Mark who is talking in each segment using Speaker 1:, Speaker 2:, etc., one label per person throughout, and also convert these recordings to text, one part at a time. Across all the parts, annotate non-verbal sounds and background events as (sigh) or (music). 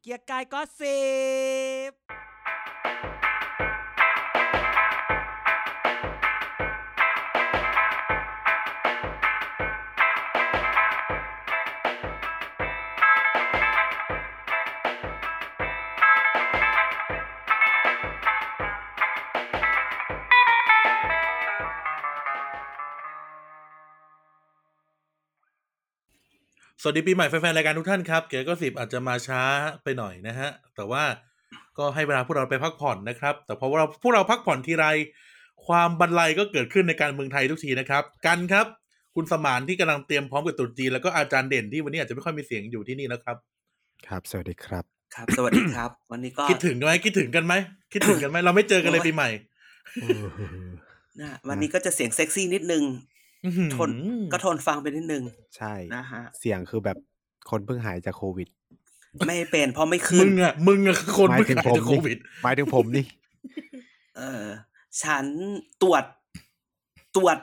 Speaker 1: เกียร์กายก็สิบ
Speaker 2: สวัสดีปีใหม่แฟนๆรายการทุกท่านครับ เก๋ก็สิบอาจจะมาช้าไปหน่อยนะฮะ แต่ว่าก็ให้เวลาพวกเราไปพักผ่อนนะครับ แต่พอเราพวกเราพักผ่อนทีไร ความบันไลก็เกิดขึ้นในการเมืองไทยทุกทีนะครับ กันครับ คุณสมานที่กำลังเตรียมพร้อมกับตรุ๊จีนแล้วก็อาจารย์เด่นที่วันนี้อาจจะไม่ค่อยมีเสียงอยู่ที่นี่นะครับ
Speaker 3: ครับ สวัสดีครับ
Speaker 4: ครับ สวัสดีครับ (coughs) วันนี้ก็
Speaker 2: คิดถึงไหมคิดถึงกันไหมคิดถึงกันไหมเราไม่เจอกันเลยปีใหม่
Speaker 4: นะวันนี้ก็จะเสียงเซ็กซี่นิดนึง
Speaker 2: อื้อหือ
Speaker 4: ทน ก็ทนฟังไปนิดนึง
Speaker 3: (laughs) ใช่
Speaker 4: นะฮะ
Speaker 3: เสียงคือแบบคนเพิ่งหายจากโควิด
Speaker 4: ไม่เป็นเพราะไม่
Speaker 2: มึ
Speaker 4: ขึ้น
Speaker 2: งอะมึงอะคือคน
Speaker 3: หมา
Speaker 2: เพิ่
Speaker 3: ย
Speaker 2: ง
Speaker 3: ถึง
Speaker 2: หายจาก
Speaker 3: ผม
Speaker 2: โค
Speaker 3: นี่
Speaker 2: วิด
Speaker 3: (laughs) หมายถึงผมนี่
Speaker 4: เออ ฉันตรวจ ตรวจ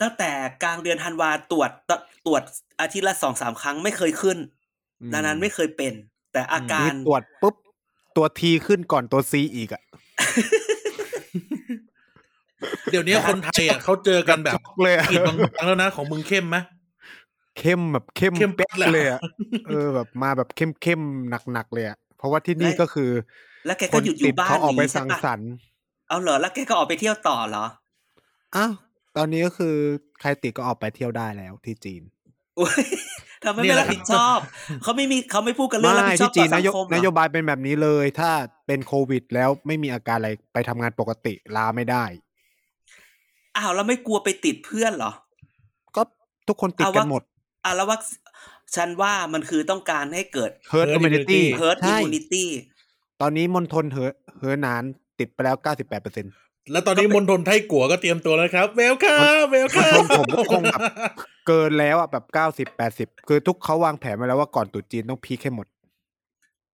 Speaker 4: ตั้งแต่กลางเดือนธันวาตรวจตตรวจอาทิตย์ละสองสามครั้งไม่เคยขึ้น
Speaker 3: อืม
Speaker 4: ดังนั้นไม่เคยเป็น แต่อา
Speaker 3: นี่
Speaker 4: การ
Speaker 3: ตรวจปุ๊บ ตัวทีขึ้นก่อนตัวซีอีกอ่ะ (laughs)
Speaker 2: เดี๋ยวนี้คนไทยอะเขาเจอกันแบบ
Speaker 3: ช็อกเลยอะ
Speaker 2: ขีดบางๆแล้วนะของมึงเข้มไหม
Speaker 3: เข้มแบบเข้ม
Speaker 2: เข้ม
Speaker 3: ป๊ะ
Speaker 2: เลยอะ
Speaker 3: เลยอ่ะเออแบบมาแบบเข้มเข้มหนักหนักๆเลยอ่ะเพราะว่าที่นี่ก็คือ
Speaker 4: แล้วแก
Speaker 3: ค
Speaker 4: ก็
Speaker 3: น
Speaker 4: หยุดอ
Speaker 3: ติ
Speaker 4: ยู่
Speaker 3: ด
Speaker 4: บ้าน
Speaker 3: เขาออกไป
Speaker 4: ย่านี้ใช่
Speaker 3: สัง
Speaker 4: ปะ
Speaker 3: สรรค์
Speaker 4: เอาเหรอแล้วแกก็ออกไปเที่ยวต่อเหรอ
Speaker 3: อ้าวตอนนี้ก็คือใครติดก็ออกไปเที่ยวได้แล้วที่จีน
Speaker 4: อุ๊ย (laughs) ทำไม
Speaker 2: นี่
Speaker 4: ไม่
Speaker 2: แห
Speaker 4: รับ
Speaker 2: ละ
Speaker 4: ผิดชอบเขาไม่มีเขาไม่พูดกันเรื่องรับ
Speaker 3: ไม่
Speaker 4: ผิดชอ
Speaker 3: ที่
Speaker 4: บ
Speaker 3: จี
Speaker 4: ต่อน สั
Speaker 3: น
Speaker 4: ง
Speaker 3: โย
Speaker 4: คมเหร
Speaker 3: น
Speaker 4: อ
Speaker 3: โยบายเป็นแบบนี้เลย ถ้าเป็นโควิด แล้วไม่มีอาการอะไรไปทำงานปกติลาไม่ได้
Speaker 4: อ้าวแล้วไม่กลัวไปติดเพื่อนเหรอ
Speaker 3: ก็ทุกคนติด
Speaker 4: เอา
Speaker 3: กั
Speaker 4: ว่าน
Speaker 3: หมด
Speaker 4: อ่ะแล้วว่าฉันว่ามันคือต้องการให้เกิด
Speaker 3: herd
Speaker 2: Herd
Speaker 3: immunity
Speaker 2: immunity
Speaker 4: herd
Speaker 3: ใช่
Speaker 4: immunity
Speaker 3: ตอนนี้มณฑลเหอเหอหนานติดไปแล้ว 98%เปอร์เซ็นต์
Speaker 2: แล้วตอนนี้มณฑลไทยกัวก็เตรียมตัวแล้วครับ เวลคัม
Speaker 3: (laughs)
Speaker 2: เวล
Speaker 3: ม
Speaker 2: คั
Speaker 3: ณฑ
Speaker 2: ม
Speaker 3: ลผมก็คงแบบเกินแล้วอ่ะแบบ 90-80%คือทุกเขาวางแผนไว้แล้วว่าก่อนตรุษจีนต้องพีคให้หมด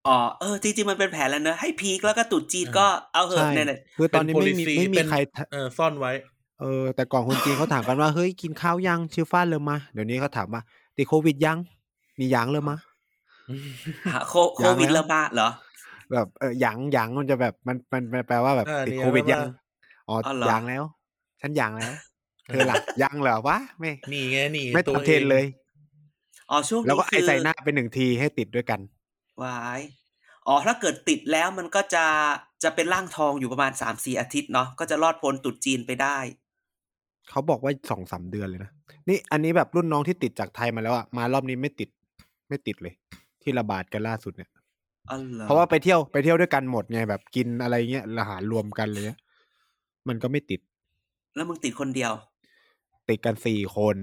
Speaker 4: อ๋อเออจริงๆมันเป็นแผนแล้วเนอะให้พีคแล้วก็ตรุดจีนก็เอาเห
Speaker 3: ใช่
Speaker 4: อะเนี่ย
Speaker 3: คือตอนนี้ไม่มีไม่มีใคร
Speaker 2: (laughs) เออซ่อนไว้
Speaker 3: เออ แต่ก่อนคนจีนเขาถามกันว่า เฮ้ย กินข้าวยังชิฟ้าเลยมา เดี๋ยวนี้เขาถามว่าติดโควิดยัง มียังเลยมา
Speaker 4: ๆหาโคโค
Speaker 3: อย่าง
Speaker 4: วิด
Speaker 3: แล้ว
Speaker 4: ระบาดเหรอ
Speaker 3: แบบเออยังยังมันจะแบบมันมันมันแปลว่าแบบ
Speaker 2: อ่า
Speaker 3: ติด
Speaker 2: เนี่ย
Speaker 3: โควิด
Speaker 2: แปล
Speaker 3: ยัง
Speaker 2: ว่า
Speaker 3: อ๋อ
Speaker 4: อ๋อเหรอ
Speaker 3: ยังแล้ว ฉันยังแล้วเธอล่ะยังเหรอวะไม่
Speaker 2: นี่ไงนี่
Speaker 3: ไม่
Speaker 2: ว
Speaker 3: ทำเทรนเลย
Speaker 4: อ๋อช่วงนี้
Speaker 3: แล้วก็ไอ
Speaker 4: คือ
Speaker 3: ใส่หน้าเป็นหนึ่งทีให้ติดด้วยกัน
Speaker 4: วายอ๋อถ้าเกิดติดแล้วมันก็จะจะเป็นร่างทองอยู่ประมาณสามสี่อาทิตย์เนาะก็จะรอดพ้นตรุดจีนไปได้
Speaker 3: เขาบอกว่าสองสามเดือนเลยนะ นี่อันนี้แบบรุ่นน้องที่ติดจากไทยมาแล้วอะมารอบนี้ไม่ติด ไม่ติดเลย ที่ระบาดกันล่าสุดเนี่ย
Speaker 4: อ๋อเหรอ
Speaker 3: เพราะว่าไปเที่ยวไปเที่ยวด้วยกันหมดไงแบบกินอะไรเงี้ยอาหารรวมกันเลยเนี่ยมันก็ไม่ติด
Speaker 4: แล้วมึงติดคนเดียว
Speaker 3: ติดกันสี่คน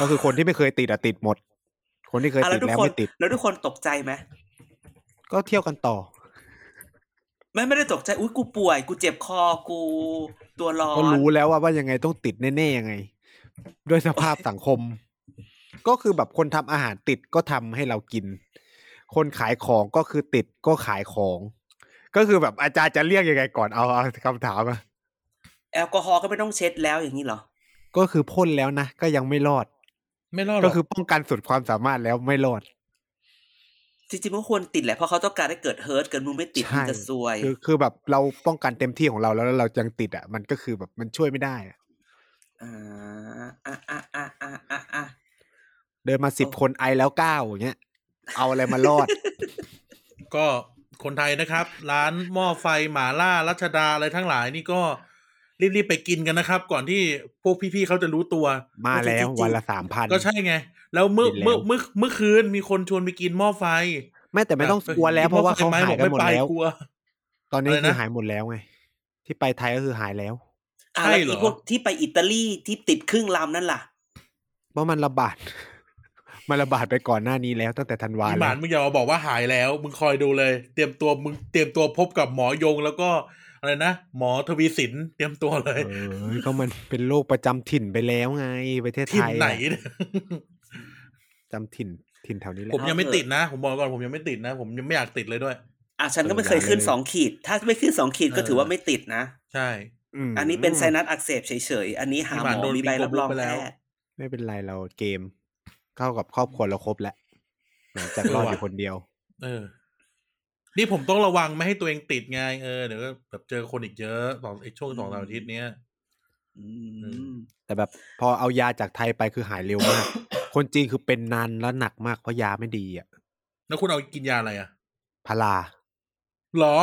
Speaker 3: ก็คือคนที่ไม่เคยติดอะติดหมด คนที่เคย
Speaker 4: อ่ะ
Speaker 3: ติดแล้ว
Speaker 4: ทุกคน
Speaker 3: ไม่ติด
Speaker 4: แล้วทุกคนตกใจไหม
Speaker 3: ก็เที่ยวกันต่อ
Speaker 4: ไม่ไม่ได้ตกใจอุ้ยกูป่วย กูเจ็บคอกู ตัวร้อน
Speaker 3: ก็รู้แล้วว่าว่ายังไงต้องติดแน่ๆยังไง ด้วยสภาพสังคม ก็คือแบบคนทำอาหารติดก็ทำให้เรากิน คนขายของก็คือติดก็ขายของ ก็คือแบบอาจารย์จะเรียกยังไงก่อนเอาเอาคำถามอะ
Speaker 4: แอลกอฮอล์ก็ไม่ต้องเช็ดแล้วอย่างนี้เหรอ
Speaker 3: ก็คือพ่นแล้วนะก็ยังไม่รอด
Speaker 2: ไม่รอดหร
Speaker 3: ก็
Speaker 2: อก
Speaker 3: คือป้องกันสุดความสามารถแล้วไม่รอด
Speaker 4: จริงๆมันควรติดแหละ เพราะเขาต้องการให้เกิดเฮิร์ตเกิดมึงไม่ติด
Speaker 3: ใช่
Speaker 4: มึงจะซวย
Speaker 3: คือคือแบบเราป้องกันเต็มที่ของเราแล้วแล้วเรายังติดอ่ะมันก็คือแบบมันช่วยไม่ได้อะ
Speaker 4: อ่าอ่ะอ่ะอ่ะอ่ะอ่ะอ่ะ
Speaker 3: เดินมาสิบคนไอแล้วเก้าอย่างเงี้ยเอาอะไรมารอด
Speaker 2: ก็คนไทยนะครับ ร้านหม้อไฟหมาล่ารัชดาอะไรทั้งหลายนี่ก็รีบๆไปกินกันนะครับ ก่อนที่พวกพี่ๆเขาจะรู้ตัว
Speaker 3: มาแล้ววันละสามพัน
Speaker 2: ก็ใช่ไง แล้วเมื่อ
Speaker 3: กินแล้ว
Speaker 2: เมื่อเมื่อเมื่อคืนมีคนชวนไปกินหม้อไฟ
Speaker 3: ไม่แต่ไม่ต้องกลัวแล้วเพราะว่าเขาหายกันหมดแล้ว
Speaker 2: กลัว
Speaker 3: ตอนนี้
Speaker 2: อะไรนะ
Speaker 3: คือหายหมดแล้วไง ที่ไปไทยก็คือหายแล้ว
Speaker 4: อ่ะ
Speaker 2: ใช่
Speaker 4: แล้ว
Speaker 2: เหรอ
Speaker 4: อีพวกที่ไปอิตาลีที่ติดครึ่งลำนั่นล่ะ
Speaker 3: เพราะมันระบาด (laughs) มันระบาดไปก่อนหน้านี้แล้วตั้งแต่ธันวา
Speaker 2: พี่ห
Speaker 3: แล้
Speaker 2: มาน
Speaker 3: ว
Speaker 2: มึงอย่ามาบอกว่าหายแล้ว มึงคอยดูเลย เตรียมตัวมึงเตรียมตัวพบกับหมอยงแล้วก็อะไรนะหมอทวีสินเตรียมตัวเล
Speaker 3: เอย อก็มันเป็นโรคประจำถิ่นไปแล้วไงประเทศ
Speaker 2: ที
Speaker 3: ไท
Speaker 2: ม
Speaker 3: ย
Speaker 2: ไหน
Speaker 3: อะ
Speaker 2: เนี่ย
Speaker 3: ประจำถิ่นถิ่นแถวนี้แห
Speaker 2: ผ
Speaker 3: ละ
Speaker 2: มยังไม่ติดนะ ผมบอกก่อนผมยังไม่ติดนะ ผมยังไม่อยากติดเลยด้วย
Speaker 4: อ่ะฉันก็
Speaker 3: เออ
Speaker 4: ไม่เคยขึ้น
Speaker 3: อย่าเลย
Speaker 4: สองขีด ถ้าไม่ขึ้นสองขีดก็
Speaker 2: เออ
Speaker 4: ถือว่าไม่ติดนะ
Speaker 2: ใช่
Speaker 3: ม
Speaker 4: อันนี้เป็นไซนัสอักเสบเฉยๆ อันนี้หา
Speaker 2: พี่
Speaker 4: ห
Speaker 2: หมาน
Speaker 4: มอ
Speaker 2: โดน
Speaker 4: มีใบรับรอง
Speaker 2: บีโกบุ๊กไปแล้
Speaker 4: แพ
Speaker 2: ว
Speaker 4: ทย์
Speaker 3: ไม่เป็นไรเราเกม เข้ากับครอบครัวเราครบแล้วหลังจากรอดอยู่คนเดียว
Speaker 2: เออ นี่ผมต้องระวังไม่ให้ตัวเองติดไงเออเดี๋ยวก็แบบเจอคนอีกเยอะสองไอ้ช่วงสองสามอาทิตย์เนี้ย
Speaker 4: อื
Speaker 2: อื
Speaker 4: ม
Speaker 3: แต่แบบพอเอายาจากไทยไปคือหายเร็วมาก (coughs) คนจีนคือเป็นนานแล้วหนักมากเพราะยาไม่ดีอ่ะ
Speaker 2: แล้วคุณเอากินยาอะไรอ่ะ
Speaker 3: พารา
Speaker 2: หรอ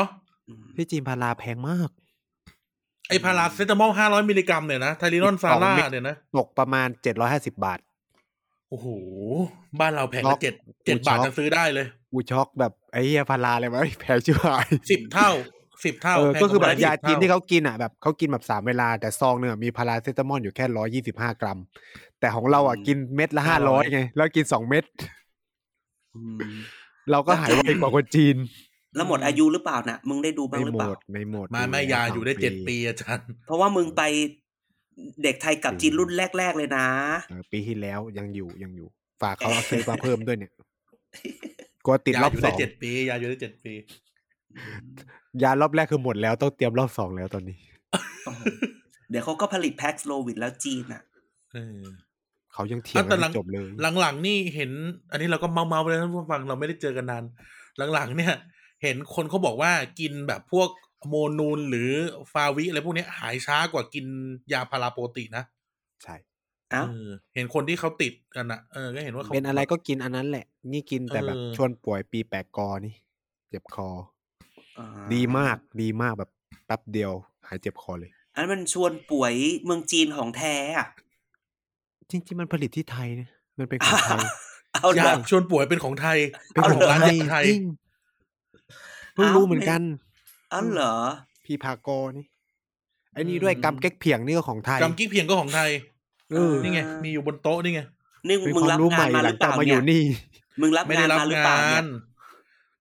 Speaker 3: ที่จีนพาราแพงมาก
Speaker 2: ไอ้พาราเซตามอลห้าร้อยมิลลิกรัมเนี่ยนะไทลินอน
Speaker 3: อีกส
Speaker 2: ซา
Speaker 3: อง
Speaker 2: ร่า
Speaker 3: เม็ด
Speaker 2: เนี่ยนะ
Speaker 3: ตกประมาณเจ็ดร้อยห้าสิบาท
Speaker 2: โอ้โห บ้านเราแพง
Speaker 3: ล็
Speaker 2: ละ
Speaker 3: อก
Speaker 2: เจ็ดเจ็ด
Speaker 3: กูช็
Speaker 2: บา
Speaker 3: อ
Speaker 2: ท
Speaker 3: ก
Speaker 2: จะซื้อได้เลย
Speaker 3: อูช็อกแบบไอ้เหี้ยพาราอะไรวะ (laughs) แพงชิบหาย
Speaker 2: สิบเท่าสิบเท่า
Speaker 3: เออ
Speaker 2: พง
Speaker 3: ก็คือแบ
Speaker 2: ว่
Speaker 3: บยา
Speaker 2: 10
Speaker 3: จีนที่เขากินอ่ะแบบเขากินแบบสามเวลาแต่ซองเนี่ยมีพาราเซตามอลอยู่แค่ร้อยี่สิบห้ากรัม แต่ของเราอ่ะ
Speaker 4: อืม
Speaker 3: กินเม็ดละห้าร้อยไงแล้วกินสองเม็ด
Speaker 4: อืม
Speaker 3: เราก็หายไวกว่าคนจีน
Speaker 4: แล้วหมดอายุหรือเปล่านะมึงได้ดูบ้า
Speaker 3: ไม่
Speaker 4: งหรือ
Speaker 3: หม
Speaker 4: เปล่า
Speaker 3: ดไม่หมด
Speaker 2: ไมาไม่ยาอยู่ได้
Speaker 3: สม
Speaker 2: เจ็ดปีอาจารย์
Speaker 4: เพราะว่ามึงไปเด็กไทยกับจีนรุ่นแรก ๆ เลยนะ
Speaker 3: เออปีที่แล้วยังอยู่ยังอยู่ ฝากเขาเอาซื้อมาเพิ่มด้วยเนี่ย
Speaker 2: (laughs)
Speaker 3: กลัวติด
Speaker 2: ยาร
Speaker 3: อบ
Speaker 2: อยู่
Speaker 3: ส
Speaker 2: ได้
Speaker 3: อง
Speaker 2: เจ็ดปี ยาอยู่ได้เจ็ดปี
Speaker 3: ยารอบแรกคือหมดแล้วต้องเตรียมรอบสองแล้วตอนนี้
Speaker 4: โอ้โหเดี๋ยวเขาก็ผลิตแพ็กสโลวิดแล้วจีนอ่ะ
Speaker 2: เออ
Speaker 3: เขายังเถียง
Speaker 2: อ่ะแต่
Speaker 3: กัน
Speaker 2: หลัง
Speaker 3: ไม่จบเลย
Speaker 2: หลังๆนี่เห็น อันนี้เราก็เมาๆไปแล้วท่านผู้ฟังเราไม่ได้เจอกันนาน หลังๆ เนี่ย เห็นคนเขาบอกว่ากินแบบพวกโมนูนหรือฟาวิอะไรพวกเนี้ยหายช้ากว่ากินยาพาราโปรตินะ
Speaker 3: ใช่
Speaker 4: เอ้า
Speaker 2: เออเห็นคนที่เขาติดกันนะเออก็เห็นว่าขา
Speaker 3: เป็นอะไรก็กินอันนั้นแหละ นี่กินแต่แบบ
Speaker 2: เออ
Speaker 3: ชวนป่วยปีแปดกอนี่ เจ็บคอ
Speaker 4: อ่า
Speaker 3: ดีมากดีมากแบบแป๊บเดียว หายเจ็บคอเลย
Speaker 4: อันนั้นมันชวนป่วยเมืองจีนของแท้อะ
Speaker 3: จริงๆมันผลิตที่ไทยนะมันเป็นของไท
Speaker 2: (laughs)
Speaker 3: ย
Speaker 4: เอาเหร
Speaker 2: ยา
Speaker 4: อ
Speaker 2: ชวนป่วยเป็นของไทย
Speaker 3: เป็น
Speaker 4: เอา
Speaker 3: ข
Speaker 4: เหรอ
Speaker 3: องร้าน
Speaker 2: ร้านไท
Speaker 3: ไท
Speaker 2: ย
Speaker 3: ยจริงเพิ่งรู้เหมือนกัน
Speaker 4: เอาเหรอ
Speaker 3: พี่พากอนี่ไอ้นี่ด้วยกำเก๊กเพียงนี่ก็ของไทย
Speaker 2: กำกิ๊กเพียงก็ของไทย
Speaker 3: เออ
Speaker 2: นี่ไงมีอยู่บนโต๊ะนี่ไง
Speaker 4: นี่
Speaker 3: เป็น
Speaker 4: มึ
Speaker 3: ค
Speaker 4: ง
Speaker 3: วาม
Speaker 4: รับ
Speaker 3: รู้ให
Speaker 4: งาน
Speaker 3: ม่
Speaker 4: มา
Speaker 3: ห
Speaker 4: ห
Speaker 3: ลั
Speaker 4: รื
Speaker 3: ง
Speaker 4: อเป
Speaker 3: จาก
Speaker 4: ล่า
Speaker 3: มาอ
Speaker 4: เนี่
Speaker 3: ยู่
Speaker 4: ย
Speaker 3: นี่
Speaker 4: มึงรับ
Speaker 2: ไม่
Speaker 4: งา
Speaker 2: ได้
Speaker 4: น
Speaker 2: รับ
Speaker 4: มาหรือง เปล่า
Speaker 2: า
Speaker 4: เนี่ย
Speaker 2: น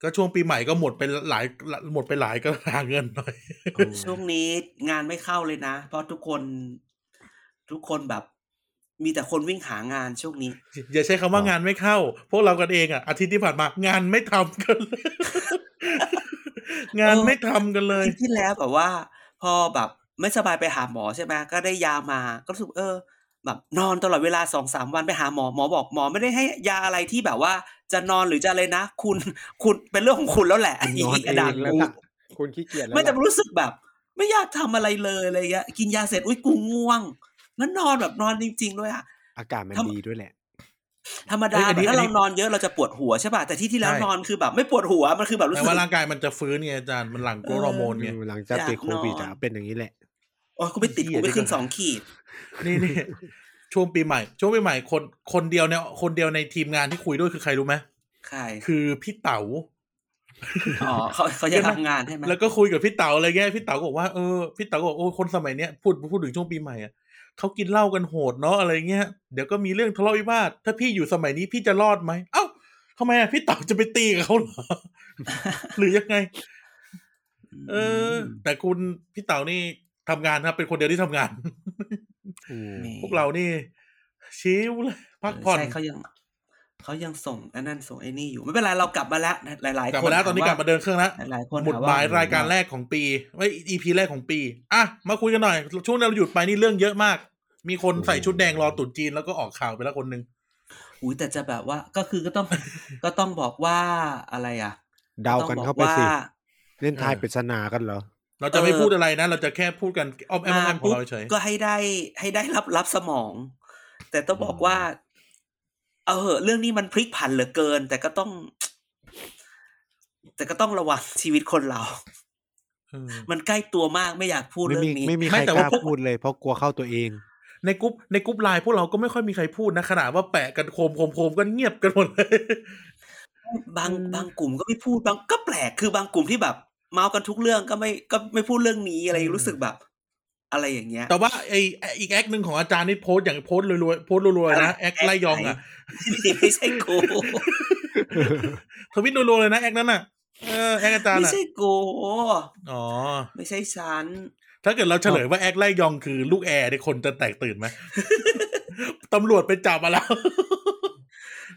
Speaker 2: ก็ช่วงปีใหม่ก็หมดไปหลายหมดไปหลายก็หาเงินหน่อย (laughs)
Speaker 4: ช่วงนี้งานไม่เข้าเลยนะ เพราะทุกคน ทุกคนแบบ มีแต่คนวิ่งหางานช่วงนี้
Speaker 2: อย่าใช้คำว่า
Speaker 3: อ๋อ
Speaker 2: งานไม่เข้า พวกเรากันเองอ่ะ อาทิตย์ที่ผ่านมางานไม่ทำกันเลย (laughs) งานไม่ทำกันเลย
Speaker 4: อาทิตย์ที่แล้วแบบว่า พอแบบไม่สบายไปหาหมอใช่ไหมก็ได้ยามาก็รู้สึกเออ แบบนอนตลอดเวลาสองสามวันไปหาหมอหมอบอกหมอไม่ได้ให้ยาอะไรที่แบบว่า จะนอนหรือจะอะไรนะ คุณคุณเป็นเรื่องของคุณแล้วแหละ
Speaker 3: คุณนอน
Speaker 4: กระ
Speaker 3: เอ
Speaker 4: ดาง
Speaker 3: แล้ว
Speaker 4: กู
Speaker 3: ล่ะคุณขี้เกียจแล้ว
Speaker 4: ไม่แต่
Speaker 3: ล่ะ
Speaker 4: รู้สึกแบบ ไม่อยากทำอะไรเลยอะไรเงี้ยกินยาเสร็จอุ้ยกูง่วงงั้นนอนแบบนอนจริง ๆ ด้วยอะ
Speaker 3: อากาศมัน
Speaker 4: ทำ
Speaker 3: ดีด้วยแหละ
Speaker 4: ธรรมดา
Speaker 2: เอ้ยอันนี้
Speaker 4: แบบ
Speaker 2: อั
Speaker 4: ถ้าน
Speaker 2: นี้
Speaker 4: เรานอนเยอะเราจะปวดหัวใช่ป่ะแต่ที่ที่แล้ว
Speaker 2: ใช่
Speaker 4: นอนคือแบบ ไม่ปวดหัวมันคือแบบรู้
Speaker 2: แต่
Speaker 4: สึก
Speaker 2: ว่าร่างกายมันจะฟื้นไงอาจารย์มันหลั่งโกรทฮอร์โมนไง
Speaker 3: หลังจากติดโควิด
Speaker 4: อ
Speaker 3: อะ
Speaker 4: ยากนอน
Speaker 3: เป็นอย่างนี้แหละ
Speaker 4: โอ้ยกูไปติดกูไปขึ้นสองขีด
Speaker 2: นี่นี่ช่วงปีใหม่ ช่วงปีใหม่คนคนเดียวเนี่ยคนเดียวในทีมงานที่คุยด้วยคือใครรู้ไหม
Speaker 4: ใคร
Speaker 2: (laughs) คือพี่เต๋า
Speaker 4: อ๋อเขาเขาจะทำงานใช่ไหม
Speaker 2: แล้วก็คุยกับพี่เต๋าอะไรเงี้ยพี่เต๋าก็บอกว่าเออพี่เต๋าก็บอกโอ้คนสมัยเนี้ยพูดพูดถึงช่วงปีใหม่อะเขากินเหล้ากันโหดเนาะอะไรเงี้ยเดี๋ยวก็มีเรื่องทะเลาะวิวาทถ้าพี่อยู่สมัยนี้พี่จะรอดไหมเอ้าทำไมอะพี่เต๋าจะไปตีกับเขาเหรอ (laughs) หรือยังไง เออ แต่คุณพี่เต๋านี่ทำงานครับ เป็นคนเดียวที่ทำงาน
Speaker 4: แหม
Speaker 2: พวกเรานี่ ชิวเลยพักผ่อน
Speaker 4: ใช่เขายังเขายังส่งอันนั้นส่งไอ้นี่อยู่ ไม่เป็นไรเรากลับมาแล้วนะหลาย ๆ
Speaker 2: กลับ
Speaker 4: ค
Speaker 2: มาน แล้วตอนนี้กลับมาเดินเครื่องแล้ว
Speaker 4: หลายๆคน
Speaker 2: หมุดหมาย
Speaker 4: ว่
Speaker 2: รายการแรกของปีไว้ EP แรกของปี อ่ะ มาคุยกันหน่อย ช่วงเราหยุดไปนี่เรื่องเยอะมาก มีคนใส่ชุดแดงรอตรุดจีนแล้วก็ออกข่าวไปแล้วคนหนึ่ง
Speaker 4: อุ้ยแต่จะแบบว่าก็คือก็ต้อง (laughs) ก็ต้องบอกว่าอะไรอ่ะ
Speaker 3: เดากันเข้าไป
Speaker 4: ต้อง
Speaker 3: สิ
Speaker 4: บอกว่า
Speaker 3: เล่นทายปริศนากันเหรอ
Speaker 2: เราจะไม่
Speaker 4: เออ
Speaker 2: พูดอะไรนะ เราจะแค่พูดกันอ้อมแอมอ้อมแอมของ
Speaker 4: ปุ๊บ
Speaker 2: เราเฉย
Speaker 4: ก็ให้ได้ให้ได้รับรับสมอง แต่ต้องบอกว่า เอาเหอะเรื่องนี้มันพลิกผันเหลือเกิน แต่ก็ต้อง แต่ก็ต้องระวัง (laughs) ชีวิตคนเรา
Speaker 2: เออ
Speaker 4: มันใกล้ตัวมากไม่อยากพูด
Speaker 3: ไม่
Speaker 4: เรื่อ
Speaker 3: มี
Speaker 4: งนี้
Speaker 3: ไม่มีใครกล้าพูดเลยเพราะกลัวเข้าตัวเอง
Speaker 2: ในกรุ๊ปในกรุ๊ปไลน์พวกเราก็ไม่ค่อยมีใครพูดนะ ขนาดว่าแปะกันโคมโคมโคมก็เงียบกันหมดเลย (laughs)
Speaker 4: บางบางกลุ่มก็ไม่พูดบางก็แปลกคือบางกลุ่มที่แบบ เมาส์กันทุกเรื่องก็ไม่ก็ไม่พูดเรื่องนี้อะไร
Speaker 2: อืม
Speaker 4: รู้สึกแบบ อะไรอย่างเงี้ย
Speaker 2: แต่ว่าไอไอ้อีกแอคหนึ่งของอาจารย์นี่โพสต์อย่างโพสต์รวยๆโพสต์รวยๆนะแอคไล่ยองอ่ะ
Speaker 4: (laughs) ไม่ใช่
Speaker 2: (laughs)
Speaker 4: กู
Speaker 2: ทวิตรวยๆเลยนะแอคนั้นอ่ะเออแอคอาจารย์
Speaker 4: ไม่
Speaker 2: อ่ะ
Speaker 4: ใช่กู
Speaker 2: อ๋อ
Speaker 4: ไม่ใช่ฉัน
Speaker 2: ถ้าเกิดเราเฉลยว่าแอคไล่ยองคือลูกแอร์เนี่ยคนจะแตกตื่นไหม (laughs) ตำรวจไปจับมาแล้ว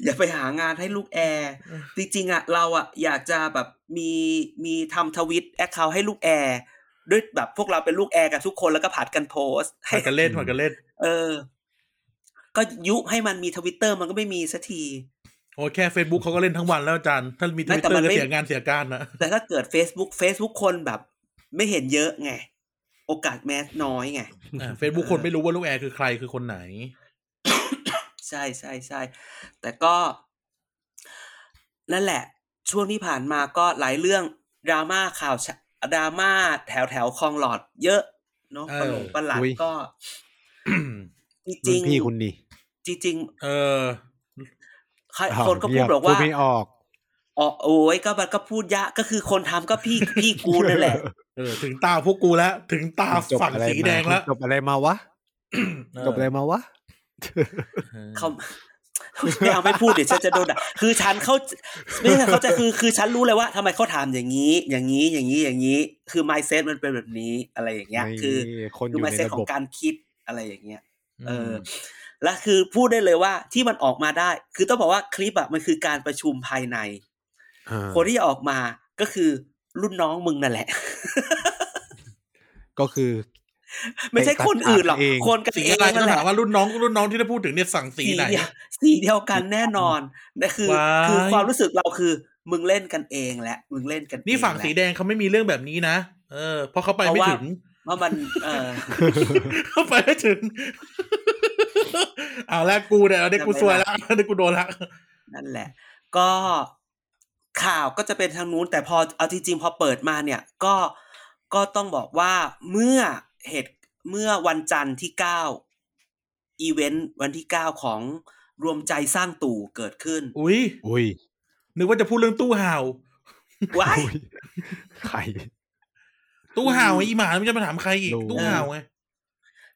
Speaker 4: อย่าไปหางานให้ลูกแอร์
Speaker 2: เออ
Speaker 4: จริงๆอ่ะเราอ่ะอยากจะแบบมีมีทำทวิตแอคเคาท์ให้ลูกแอร์ด้วยแบบพวกเราเป็นลูกแอร์กันทุกคนแล้วก็ผัดกันโพสต์ให้
Speaker 2: ผัดกันเล่นผัดกันเล่น
Speaker 4: เออ ก็ยุให้มันมีทวิตเตอร์มันก็ไม่มีสักที
Speaker 2: โอ้ยแค่ Facebook เขาก็เล่นทั้งวันแล้วอาจารย์ถ้ามีท
Speaker 4: ไม่
Speaker 2: วิต
Speaker 4: แต่
Speaker 2: เตอ
Speaker 4: มัน
Speaker 2: ร์ก็
Speaker 4: ไม่
Speaker 2: เสียงานเสียการนะ
Speaker 4: แต่ถ้าเกิด Facebook Facebook คนแบบไม่เห็นเยอะไง โอกาสแมสน้อยไง
Speaker 2: เฟซบุ๊กคนไม่รู้ว่าลูกแอร์คือใครคือคนไหน (clears throat)
Speaker 4: ใช่ใช่ใช่แต่ก็นั่นแหละ ช่วงที่ผ่านมาก็หลายเรื่องดราม่าข่าวเช้าดราม่าแถวแถวคลองหลอดเยอะเนาะ
Speaker 2: เออ
Speaker 4: ประหลงประหลัด
Speaker 3: อุ๊ย
Speaker 4: ก็จ
Speaker 3: รุ่
Speaker 4: ริ
Speaker 3: น
Speaker 4: ง
Speaker 3: พี่คุณนี่
Speaker 4: จริงจริง
Speaker 2: เออ
Speaker 4: ๆใครคนก็พูดบอกว่า
Speaker 3: พูดไม่ออก
Speaker 4: อ๋อโอ้ยก็มันก็พูดยะก็คือคนทำก็พี่ พี่กูนั่นแหละ
Speaker 2: เออ ถึงตาพวกกูแล้ว ถึงตา
Speaker 3: จบ
Speaker 2: ฝั่ง
Speaker 3: อะไร
Speaker 2: สี
Speaker 3: มา
Speaker 2: แดงแล้ว
Speaker 3: จบอะไรมาวะจบอะไรมาวะ
Speaker 4: เขาไม่เอาไม่พูดเดี๋ยวฉันจะโดนด่าคือฉันเขาไม่ใช่เขาใจะคือคือฉันรู้เลยว่าทำไมเขาถามอย่างนี้ อย่างนี้อย่างนี้อย่างนี้ คือ mindset มันเป็นแบบนี้อะไรอย่างเงี้ย
Speaker 3: ไม่
Speaker 4: คือ
Speaker 3: คนอ
Speaker 4: คือ
Speaker 3: ยู่ใน
Speaker 4: mindset
Speaker 3: ระ
Speaker 4: ขอบ ง
Speaker 3: บ
Speaker 4: การคิดอะไรอย่างเงี้ย
Speaker 2: เอ
Speaker 4: เอ
Speaker 2: อ
Speaker 4: อ และคือพูดได้เลยว่าที่มันออกมาได้ คือต้องบอกว่าคลิปอะมันคือการประชุมภายใน
Speaker 3: อ่า
Speaker 4: คนที่ออกมาก็คือรุ่นน้องมึงนั่นแหละ (laughs)
Speaker 3: ก็คือ (laughs)
Speaker 4: ไม่ใช่คนอื่นหรอก
Speaker 3: เอง
Speaker 4: คนกัน
Speaker 2: สี
Speaker 4: เอ
Speaker 2: อะ
Speaker 4: ง
Speaker 2: ไรต้
Speaker 4: นั่
Speaker 2: อง
Speaker 4: นแห
Speaker 2: ถา
Speaker 4: ละ
Speaker 2: มว่ารุ่นน้องรุ่นน้องที่ได้พูดถึงเนี่ยสั่งสี
Speaker 4: สี
Speaker 2: ไหน
Speaker 4: เดียวสีเดียวกันแน่นอนนะคือ
Speaker 2: ว้าย
Speaker 4: คือความรู้สึกเราคือ มึงเล่นกันเองแหละมึงเล่นกันเอ
Speaker 2: นี่ฝั่ง
Speaker 4: แหละ
Speaker 2: สีแดงเขาไม่มีเรื่องแบบนี้นะเออเพราะเขาไปไม่ถึง
Speaker 4: ว่ามันเออ
Speaker 2: เข้าไปให้ถึง (laughs) เอาละกูเนี่ยเอาได้กูซวยละ (laughs) ได้กูโดนละ
Speaker 4: นั่นแหละ ก็ข่าวก็จะเป็นทางนู้นแต่พอเอาจริงๆพอเปิดมาเนี่ย ก็ก็ต้องบอกว่าเมื่อเหตุเมื่อวันจันทร์ที่เก้าอีเวนต์วันที่เก้าของรวมใจสร้างตู่เกิดขึ้น
Speaker 2: อุ้ย
Speaker 3: อุ้ย
Speaker 2: นึกว่าจะพูดเรื่องตู้ห่าว
Speaker 4: ว้าย
Speaker 3: อุ้ยใคร
Speaker 2: ตู้ห่าวไงอีหมามันจะมาถามใครอีก
Speaker 3: รู้
Speaker 2: ตู้ห่าวไง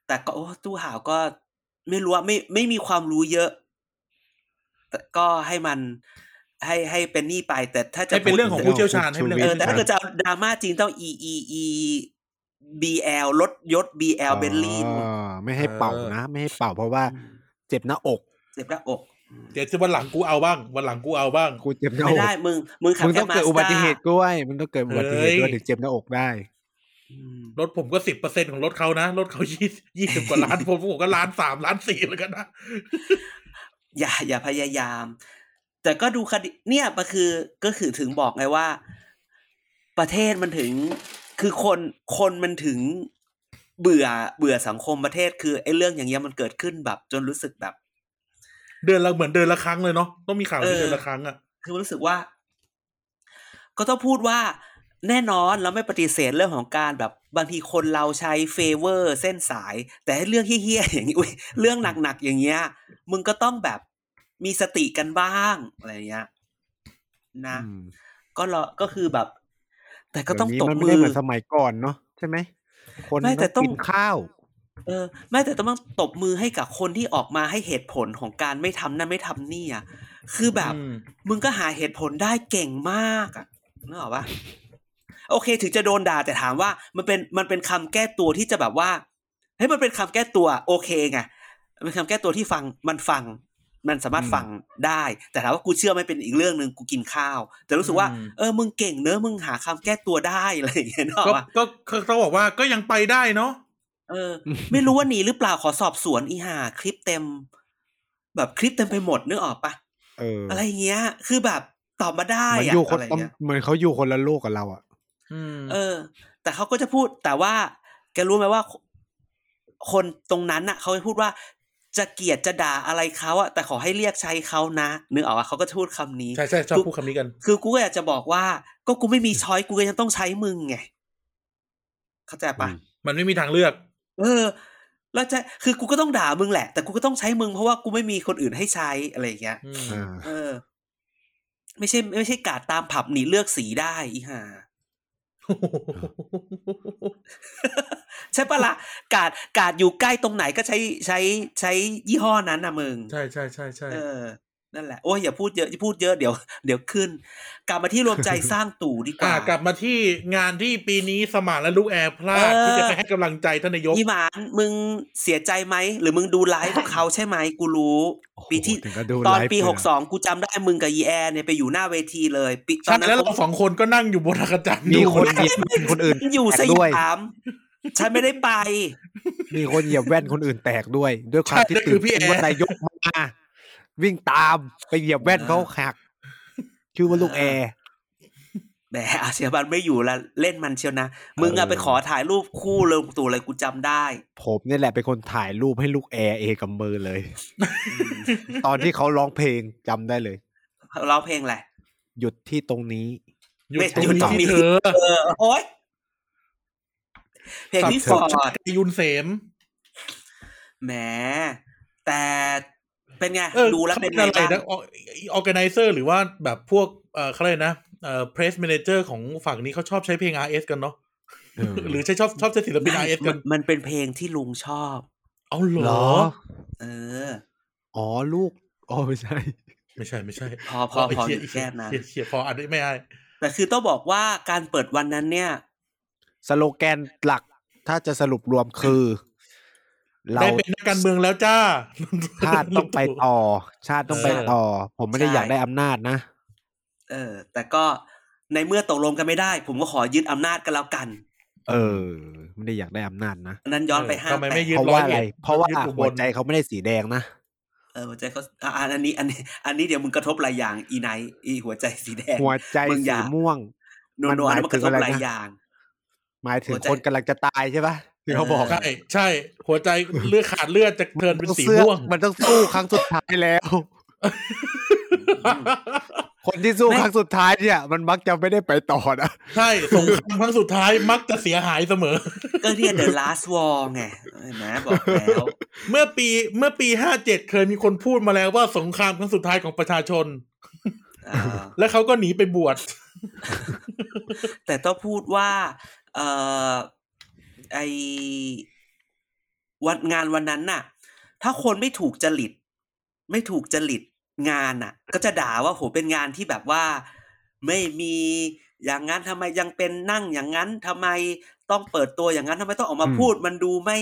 Speaker 4: แต่ก็โอ้ตู้ห่าวก็ไม่รู้ว่าไม่ไม่มีความรู้เยอะ แต่ก็ให้มันให้ให้เป็นนี่ไป แต่ถ้าจะ
Speaker 2: ให้เป็น
Speaker 4: พูด
Speaker 2: เรื่องของผู้เชี่ยวชาญ
Speaker 3: เออ
Speaker 2: ให้เป็น
Speaker 4: เอ
Speaker 2: เรื่
Speaker 4: อ
Speaker 2: อง
Speaker 4: แต่ถ้าเกิดจะเอาดราม่าจริงต้อง e e e bl ลดยศ bl เบลลี่
Speaker 3: อ๋อไม่ให้เป่านะ ไม่ให้เป่าเพราะว่า เจ็บหน้าอก
Speaker 4: เจ็บหน้าอก
Speaker 2: เดี๋ยวจะวันหลังกูเอาบ้าง วันหลังกูเอาบ้าง
Speaker 3: กูเจ็บหน้าอ
Speaker 4: ไม่
Speaker 3: ก
Speaker 4: ได้มึง มึงขับ
Speaker 3: มึง
Speaker 4: แค่
Speaker 3: ต้อง
Speaker 4: มา
Speaker 3: เกิด
Speaker 4: ส
Speaker 3: อุบั
Speaker 4: ตา
Speaker 3: ติเหตุ
Speaker 4: ร์
Speaker 3: ด้วยมึงต้องเกิดอุบัติเหตุด้วยถึงเจ็บหน้าอกได้
Speaker 4: อืม
Speaker 2: รถผมก็สิบเปอร์เซ็นของรถเขานะ รถเขายี่ยี่สิบกว่าล้าน ผมผมก็ล้านสามล้านสี่แล้วกันนะ
Speaker 4: อย่าอย่าพยายาม แต่ก็ดูคดีเนี่ยมันคือก็คือถึงบอกไงว่า ประเทศมันถึง คือคนคนมันถึงเบื่อเบื่อสังคมประเทศ คือไอ้เรื่องอย่างเงี้ยมันเกิดขึ้นแบบ จนรู้สึกแบบ
Speaker 2: เดือนละเหมือนเดือนละครั้งเลยเนาะต้องมีข่าวที่เดือนละครั้งอ่ะ
Speaker 4: คือรู้สึกว่า ก็ต้องพูดว่าแน่นอนเราไม่ปฏิเสธเรื่องของการแบบบางทีคนเราใช้เฟเวอร์เส้นสาย แต่ให้เรื่องเฮี้ยๆ (laughs) อย่างนี้อุ้ยเรื่องหนักๆอย่างเงี้ย มึงก็ต้องแบบมีสติกันบ้างอะไรเงี้ยนะ
Speaker 3: อืม
Speaker 4: ก็รอก็คือแบบ แต่ก็ต้อง
Speaker 3: เดี๋
Speaker 4: ต
Speaker 3: ยว
Speaker 4: บ
Speaker 3: นี้มันไม่ได้
Speaker 4: มือ
Speaker 3: เหมือนสมัยก่อนเนาะใช่ไหม คน
Speaker 4: ไม่แต่ต้อง
Speaker 3: กินข้าว
Speaker 4: เออไม่แต่ต้องตบมือให้กับคนที่ออกมาให้เหตุผลของการไม่ทำนั่นไม่ทำนี่อ่ะคือแบบ
Speaker 2: อืม
Speaker 4: มึงก็หาเหตุผลได้เก่งมากอะนึกออกปะโอเค ถึงจะโดนด่าแต่ถามว่า มันเป็นมันเป็นคำแก้ตัวที่จะแบบว่าเฮ้ยมันเป็นคำแก้ตัว โอเคไงมันเป็นคำแก้ตัวที่ฟังมันฟัง มันสามารถฟังได้ แต่ถามว่ากูเชื่อไหม่เป็นอีกเรื่องหนึ่งกูกินข้าว แต่รู้สึกว่า เออมึงเก่งเนอะมึงหาคำแก้ตัวได้อะไรอย่างเงี้ยนึกออก
Speaker 2: ก็
Speaker 4: ปะ
Speaker 2: ก็ก็เขาบอกว่าก็ยังไปได้เนาะ
Speaker 4: เออ ไม่รู้ว่าหนีหรือเปล่าขอสอบสวนอีห่าคลิปเต็ม แบบคลิปเต็มไปหมดนึกออกปะ
Speaker 3: เออ
Speaker 4: อะไรเงี้ย คือแบบตอบมาได้
Speaker 3: เหมือน
Speaker 4: อะ
Speaker 3: อยู่คน
Speaker 4: อะไรเงี้ย
Speaker 3: เหมือนเขาอยู่คนละโลกกับเราอ่ะ
Speaker 2: อืม
Speaker 4: เออ แต่เขาก็จะพูดแต่ว่า แกรู้ไหมว่า คนตรงนั้นน่ะเขาจะพูดว่าจะเกลียดจะด่าอะไรเขาอะแต่ขอให้เรียกใช้เขานะนึกออกว่าเขาก็จะพูดคำนี้
Speaker 2: ใช่ใช่ชอบพูดคำนี้กัน
Speaker 4: คือกูก็อยากจะบอกว่า ก็กูไม่มีช้อยกูก็ยังต้องใช้มึงไงเข้าใจปะ
Speaker 3: อืม
Speaker 2: มันไม่มีทางเลือก
Speaker 4: เออ แล้วจะคือกูก็ต้องด่ามึงแหละ แต่กูก็ต้องใช้มึงเพราะว่ากูไม่มีคนอื่นให้ใช้อะไรอย่างเงี้ย
Speaker 2: อืม
Speaker 3: อ่า
Speaker 4: เออ ไม่ใช่ ไม่ใช่กาดตามผับหนีเลือกสีได้อีห่า (laughs) ใช่ปะละ่ะกาดกาดอยู่ใกล้ตรงไหนก็ใช้ใช้ใช้ยี่ห้อนั้นนะมึง
Speaker 2: ใช่ใช่ใช่ใช่
Speaker 4: เออ นั่นแหละ โอ้ยอย่าพูดเยอะอย่าพูดเยอะเดี๋ยวเดี๋ยวขึ้น กลับมาที่รวมใจ สร้างตู่ดีก
Speaker 2: อ่ะ
Speaker 4: ว่า
Speaker 2: กลับมาที่งานที่ปีนี้สมานและลูกแอร์พลาด
Speaker 4: เออ
Speaker 2: ที่จะไปให้กำลังใจท่านนายก
Speaker 4: ยี่หมานมึงเสียใจไหม หรือมึงดูไลฟ์ของเขาใช่ไหมกูรู้
Speaker 3: โอ้โห
Speaker 4: ปีที่
Speaker 3: ถึงก็ดู
Speaker 4: ตอน
Speaker 3: ไลฟ์
Speaker 4: ปี
Speaker 3: เลยะ
Speaker 4: หกสองกูจำได้มึงกับยีแอร์เนี่ยไปอยู่หน้าเวทีเลยปีตอ
Speaker 2: ใช่
Speaker 4: นนั้น
Speaker 2: แล้ว
Speaker 4: ผม
Speaker 2: เราสองคนก็นั่งอยู่บนอากาศจันทร์
Speaker 3: มี
Speaker 2: ดู
Speaker 3: คนเหยียบแว่นคนอื่น
Speaker 4: ฉัอยู่ส
Speaker 3: แตกด้วย
Speaker 4: ยามฉันไม่ได้ไป
Speaker 3: มีคนเหยียบแว่นคนอื่นแตกด้วย ด้วยความที่
Speaker 2: นั่น
Speaker 3: ตื่
Speaker 2: คื
Speaker 3: น
Speaker 2: อพี่
Speaker 3: เต้
Speaker 2: แอน
Speaker 3: ว่า
Speaker 2: ร์
Speaker 3: นายกมา วิ่งตามไปเหยียบแว่นเขา
Speaker 4: (laughs)
Speaker 3: หักชื่อว่าลูกแอร์
Speaker 4: แหม (laughs) อาเซียบันไม่อยู่ละเล่นมันเชียวนะ มึงอะไปขอถ่ายรูปคู่เลยตัวอะไรกูจำได้
Speaker 3: ผมเนี่ยแหละเป็นคนถ่ายรูปให้ลูกแอร์เองกับมือเลย ตอนที่เขาร้องเพลงจำได้เลย
Speaker 4: เราเพลงแหละ
Speaker 3: หยุดที่ตรงนี้
Speaker 2: หยุด
Speaker 4: ไม่
Speaker 2: ตรง
Speaker 4: หยุด
Speaker 2: นี้
Speaker 4: ตรงนี้
Speaker 2: ที่เธอ
Speaker 4: เออโอ๊ยเพลงที่
Speaker 3: สั
Speaker 4: ฟอบ
Speaker 3: เถอะ
Speaker 4: ร์ด
Speaker 2: ไอยุนเสม
Speaker 4: แหมแต่เป็นไง
Speaker 2: เออ
Speaker 4: ดูแล้ว
Speaker 2: ขา
Speaker 4: เป็น
Speaker 2: อะ
Speaker 4: ไง
Speaker 2: ไร
Speaker 4: บ้าง
Speaker 2: นะออแกไนเซอร์หรือว่าแบบพวกเอ่อเขาเรียกนะเอ่อเพรสเมนเจอร์ของฝั่งนี้เขาชอบใช้เพลง RS กันเนาะหรือใช้ชอบชอบใช้ศิลปิน RS กั
Speaker 4: มัน นมันเป็นเพลงที่ลุงชอบ
Speaker 2: เอาเหร
Speaker 3: เหร
Speaker 2: อ
Speaker 3: อ
Speaker 4: เออ
Speaker 3: อ๋อลูก อ๋อไม่ใช่
Speaker 2: ไม่ใช่ไม่ใช่
Speaker 4: พอพอ
Speaker 2: ไอ้
Speaker 4: พอ
Speaker 2: เหี้ย
Speaker 4: อยู่แค่นั้น
Speaker 2: เหี้ยเขียพออันนี้ไม่ได้
Speaker 4: แต่คือต้องบอกว่าการเปิดวันนั้นเนี่ย
Speaker 3: สโลแกนหลักถ้าจะสรุปรวมคือ เรา
Speaker 2: ได้เป็นนักการเมืองแล้วจ้า
Speaker 3: ชาติต้องไปต่อ ชาติต้องไปต่อ ผมไม่ได้
Speaker 4: ใช่
Speaker 3: อยากได้อำนาจนะ
Speaker 4: เออ แต่ก็ในเมื่อตกลงกันไม่ได้ ผมก็ขอยึดอำนาจกันแล้วกัน
Speaker 3: เออ ไม่ได้อยากได้อำนาจนะ
Speaker 4: อันนั้นย้อนไปห้า
Speaker 2: ทำไม
Speaker 4: แป
Speaker 2: ไม่
Speaker 4: ด
Speaker 2: ยึด
Speaker 3: เพราะว่าอะ
Speaker 2: ร้อ
Speaker 3: ไร
Speaker 2: ยเอ็ด
Speaker 3: เพราะว่า
Speaker 2: ยึดอุบล
Speaker 3: หัวใจเขาไม่ได้สีแดงนะ
Speaker 4: เออหัวใจเขาอ่ะอันอันนี้อันนี้อันนี้เดี๋ยวมึงกระทบหลายอย่างอีไนท์อีหัวใจสีแดง
Speaker 3: หัวใจ
Speaker 4: มึงอ
Speaker 3: สี
Speaker 4: ย่า
Speaker 3: ม่วง
Speaker 4: โนโน
Speaker 3: มันหมาย
Speaker 4: อันนั้นมันกระทบ
Speaker 3: ถึงอะไรนะ
Speaker 4: หลายอย่าง
Speaker 3: หมายถึง
Speaker 4: หัวใจ
Speaker 3: คนกำลังจะตายใช่ปะที่เขาบอก
Speaker 2: ใช่ใช่หัวใจเลือดขาดเลือดจะเทิร์นเป็นสี
Speaker 3: สื้อ
Speaker 2: ม่วง
Speaker 3: มันต้องสู้ครั้งสุดท้ายแล้ว คนที่สู้
Speaker 4: ไม่
Speaker 3: ครั้งสุดท้ายเนี่ย มันมักจะไม่ได้ไปต่อนะ
Speaker 2: ใช่สงครามครั้งสุดท้ายมักจะเสียหายเสมอ
Speaker 4: ก็เรียก The Last War ไงเห็นไหมบอกแล้ว
Speaker 2: เมื่อปีเมื่อปีห้าเจ็ดเคยมีคนพูดมาแล้วว่าสงครามครั้งสุดท้ายของประชาชน
Speaker 4: อ่า
Speaker 2: แล้วเขาก็หนีไปบวช
Speaker 4: แต่ต้องพูดว่า เออไอวันงานวันนั้นน่ะ ถ้าคนไม่ถูกจริต ไม่ถูกจริตงานน่ะ ก็จะด่าว่าโหเป็นงานที่แบบว่า ไม่มีอย่างนั้นทำไมยังเป็นนั่งอย่างนั้นทำไมต้องเปิดตัวอย่างนั้นทำไมต้องออกมา
Speaker 3: อืม
Speaker 4: พูดมันดูไม่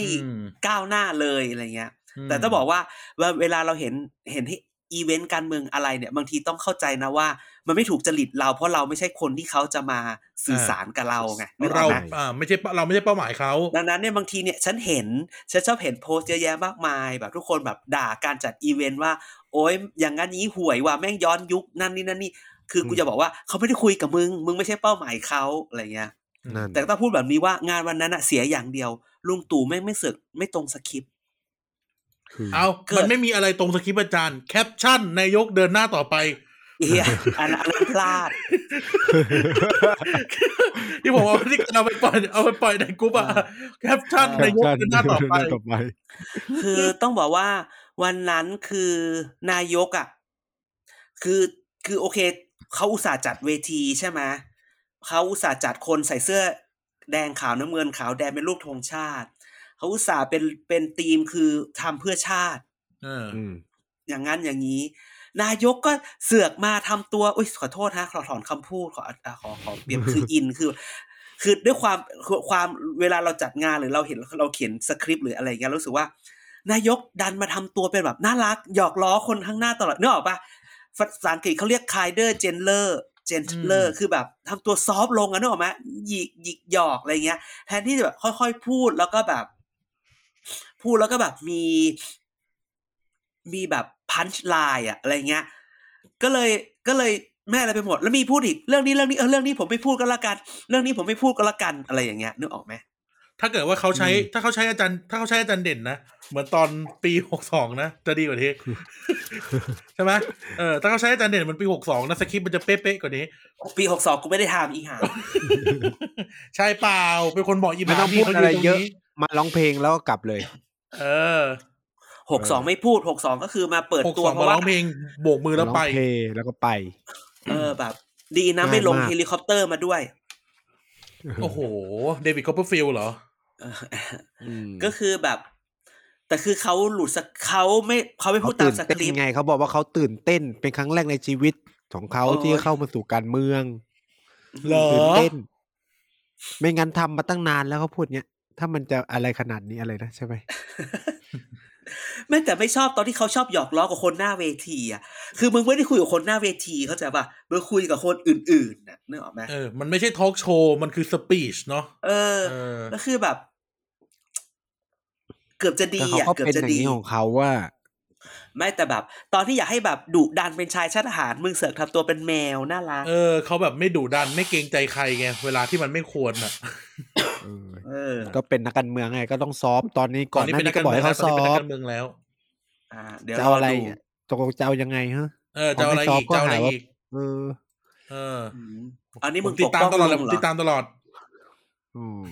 Speaker 4: ก้าวหน้าเลยอะไรเงี้ย แต่ต้องบอกว่าเวเวลาเราเห็นเห็นที่อีเวนต์การเมืองอะไรเนี่ย บางทีต้องเข้าใจนะว่า มันไม่ถูกจริตเราเพราะเราไม่ใช่คนที่เขาจะมาสื่อสารกับเราไงนึกอ
Speaker 2: เรา
Speaker 4: อกไหม
Speaker 2: อ่าไม่ใช่เราไม่ใช่เป้าหมายเขา
Speaker 4: ดังนั้นเนี่ยบางทีเนี่ยฉันเห็นฉันชอบเห็นโพสต์เยอะแยะมากมายแบบทุกคนแบบด่าการจัดอีเวนต์ว่า โอ๊ยอย่างนั้นอย่างนี้ห่วยว่าแม่งย้อนยุคนั่นนี่นั่นนี่คือกูจะบอกว่าเขาไม่ได้คุยกับมึง มึงไม่ใช่เป้าหมายเขาอะไรเงี้ย
Speaker 3: นั่น
Speaker 4: แต่ต้องพูดแบบนี้ว่างานวันนั้นอะเสียอย่างเดียวลุงตู่แม่งไม่เสึกไม่ตรงสคริปต์
Speaker 3: คือ
Speaker 2: เอา
Speaker 4: เกิด
Speaker 2: มันไม่มีอะไรตรงสคริปต์อาจารย์แคปชั่นนายกเดินหน้าต่อไป
Speaker 4: เฮีย (laughs) อันอันนั้นพลาด
Speaker 2: ที่ผมเอาที่เอาไปปล่อยเอาไปปล่อยในกรุ๊ปอะ
Speaker 4: อ่า
Speaker 2: แคปชั่น
Speaker 3: แค
Speaker 2: นา
Speaker 3: ป
Speaker 2: ยก
Speaker 3: ชั่น
Speaker 2: เดินหน้าต่อไป
Speaker 3: เดินหน้าต่อไป
Speaker 4: คือต้องบอกว่าวันนั้นคือนายกอ่ะคือคือโอเค เขาอุตส่าห์จัดเวทีใช่ไหมเขาอุตส่าห์จัดคนใส่เสื้อแดงขาวน้ำเงินขาวแดงเป็นรูปธงชาติ เขาอุตส่าห์เป็นเป็นธีมคือทำเพื่อชาติ
Speaker 2: เออ
Speaker 3: อืม
Speaker 4: อย่างนั้นอย่างนี้ นายกก็เสือกมาทำตัวอุ้ยขอโทษฮะขอถอนคำพูดขออ่ะขอขอเปลี่ยน (laughs) คืออินคือ คือด้วยความคือความเวลาเราจัดงานหรือเราเห็นเราเขียนสคริปต์หรืออะไรอย่างเงี้ยรู้สึกว่า นายกดันมาทำตัวเป็นแบบน่ารัก หยอกล้อคนข้างหน้าตลอดนึกออกปะภาษาอังกฤษเขาเรียกคายเดอร์เจนเลอร์เจนเลอร์คือแบบทำตัวซอฟต์ลงอะนึกออกไหมหยิกหยิกหยอกอะไรเงี้ย แทนที่จะแบบค่อย ๆ พูดแล้วก็แบบ พูดแล้วก็แบบมี มีแบบพันช์ไลน์อะอะไรเงี้ย ก็เลยก็เลยแม่อะไรไปหมด แล้วมีพูดอีกเรื่องนี้เรื่องนี้เออเรื่องนี้ผมไม่พูดก็แล้วกัน เรื่องนี้ผมไม่พูดก็แล้วกันอะไรอย่างเงี้ยนึกออกไหม
Speaker 2: ถ้าเกิดว่าเขาใช้ ถ้าเขาใช้อาจารย์ ถ้าเขาใช้อาจารย์เด่นนะ เหมือนตอนปีหกสองนะ จะดีก
Speaker 3: (laughs)
Speaker 2: ว่านี้ ใช่ไหมเออถ้าเขาใช้อาจารย์เด่นเหมันปีหกสองนะสคริปต์มันจะเป๊ะๆกว่านี้
Speaker 4: ปีหกสองกูไม่ได้ทำอีหา
Speaker 2: ใช่เปล่า เป็นคนบอกอี
Speaker 3: ไม่
Speaker 2: มา
Speaker 3: ต้อง
Speaker 2: พี่
Speaker 3: พูด
Speaker 2: เขาอ
Speaker 3: อะ
Speaker 2: ยู่ต
Speaker 3: ไร
Speaker 2: รง
Speaker 3: เยอะ
Speaker 2: นี้
Speaker 3: มาร้องเพลงแล้วก็กลับเลย
Speaker 2: เออ
Speaker 4: หกสองไม่พูดหกสองก็คือมาเปิด
Speaker 2: หก
Speaker 4: ตั
Speaker 2: ส
Speaker 4: ว
Speaker 2: อง
Speaker 4: เพ
Speaker 2: มา
Speaker 4: ราะ
Speaker 2: ร้
Speaker 4: ว่า
Speaker 2: องเพลงโบกมือแล้วไป
Speaker 3: ร้องเพลงแล้วก็ไป
Speaker 4: เออแบบ ดีนะไม่ลง
Speaker 3: ง่ายมาก
Speaker 4: เฮลิคอปเตอร์มาด้วย
Speaker 2: โอ้โห เดวิดคอปเปอร์ฟิลด์เหรอ
Speaker 4: เออ
Speaker 3: อืม
Speaker 4: ก็คือแบบ แต่คือเขาหลุดสกเขาไม่เขาไม่พู
Speaker 3: เขา
Speaker 4: ดตา
Speaker 3: ตื่
Speaker 4: ม
Speaker 3: น
Speaker 4: สค
Speaker 3: เต้น
Speaker 4: ริปต์
Speaker 3: ไงเขาบอกว่าเขาตื่นเต้นเป็นครั้งแรกในชีวิตของเขา
Speaker 4: โอ้ย
Speaker 3: ที่เข้ามาสู่การเมือง
Speaker 2: เหรอ
Speaker 3: ตื่นเต้น ไม่งั้นทำมาตั้งนานแล้วเขาพูดเนี้ยถ้ามันจะอะไรขนาดนี้อะไรนะใช่ไหม
Speaker 4: แม่แต่ไม่ชอบตอนที่เขาชอบหยอกล้อกับคนหน้าเวทีอ่ะคือมึงไม่ได้คุยกับคนหน้าเวทีเข้าใจป่ะมึงคุยกับคนอื่นๆน่ะนึกออกไหม
Speaker 2: เออ มันไม่ใช่ทอล์กโชว์ มันคือสปีชเนาะ
Speaker 4: เออ
Speaker 2: เออ
Speaker 4: แล้วคือแบบ เกือบจะดี
Speaker 3: แต่เขา
Speaker 4: อ่ะ
Speaker 3: ก็
Speaker 4: เกือบ
Speaker 3: เป็นอ
Speaker 4: จะ
Speaker 3: ย่าง
Speaker 4: ดี
Speaker 3: นี้ของเขาว่า
Speaker 4: ไม่แต่แบบ ตอนที่อยากให้แบบดุดันเป็นชายชาติทหารมึงเสือกทำตัวเป็นแมวน่ารัก
Speaker 2: เออเขาแบบไม่ดุดันไม่เกรงใจใครไงเวลาที่มันไม่ควรอ่ะ
Speaker 3: เออ
Speaker 4: เออ
Speaker 3: ก็เป็นนักการเมืองไงก็ต้องซ้อมตอนนี้ก่อนหน้านี้ก็บอกให้เขา
Speaker 2: ตน
Speaker 3: ซ้อ
Speaker 2: นี้เป็นนัก
Speaker 3: ม
Speaker 2: การเมืองแล้ว
Speaker 4: อ่าเดี๋ยว
Speaker 3: จะ
Speaker 4: ร
Speaker 3: เอา
Speaker 4: อ
Speaker 3: อะไร
Speaker 4: ดู
Speaker 3: ตกลงจะเอายังไงฮะ
Speaker 2: เออจะเอาอะไรอีก
Speaker 3: อ๋อไม่ซ้อมก็
Speaker 2: จะเอาอะไร
Speaker 3: หาว่า
Speaker 2: อีก
Speaker 3: เออ
Speaker 2: เออ
Speaker 4: อืมอันนี้
Speaker 2: ผ
Speaker 4: มึ
Speaker 2: ม
Speaker 4: ง
Speaker 2: ติด
Speaker 4: ปก
Speaker 2: ตาม
Speaker 4: ป้อง
Speaker 2: ตลอดเลย
Speaker 4: ง
Speaker 2: ผม
Speaker 4: เหร
Speaker 2: ติดตามตลอด
Speaker 3: อม
Speaker 4: (laughs) อืม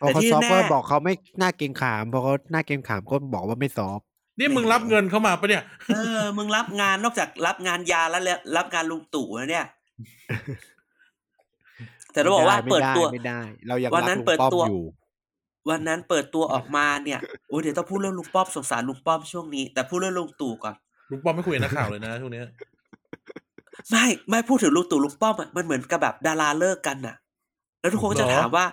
Speaker 3: พอเขา
Speaker 4: แต่ที่
Speaker 3: ซ้อมก็
Speaker 4: แน่
Speaker 3: บอกเขาไม่น่าเกรงขามพอเขาหน้าเกรงขามก็บอกว่าไม่ซ้อม
Speaker 2: นี่มึงรับเงินเข้ามาปะเนี่ย
Speaker 4: เออ มึงรับงานนอกจากรับงานยาแล้วเนี่ยรับงานลุงตู่แล้วเนี่ย แต่เราบอกว่า
Speaker 3: ไม่
Speaker 4: เปิดตัว
Speaker 3: ไไม่ได้ เรายัง
Speaker 4: วัน
Speaker 3: รัก
Speaker 4: นั้น
Speaker 3: ลุง
Speaker 4: เปิด
Speaker 3: ป้อม
Speaker 4: ตัว
Speaker 3: อยู่
Speaker 4: วันนั้นเปิดตัวออกมาเนี่ยโอ้ยเดี๋ยวต้องพูดเรื่องลุงป้อมสงสารลุงป้อมช่วงนี้ แต่พูดเรื่องลุงตู่ก่อน
Speaker 2: ลุงป้อมไม่คุยกับนักข่าวเลยนะช่วงเนี้ย
Speaker 4: ไม่ไม่พูดถึงลุงตู่ลุงป้อมอะมันเหมือนกับแบบดาราเลิกกันน่ะ แล้วทุกคนก็จะถามว่า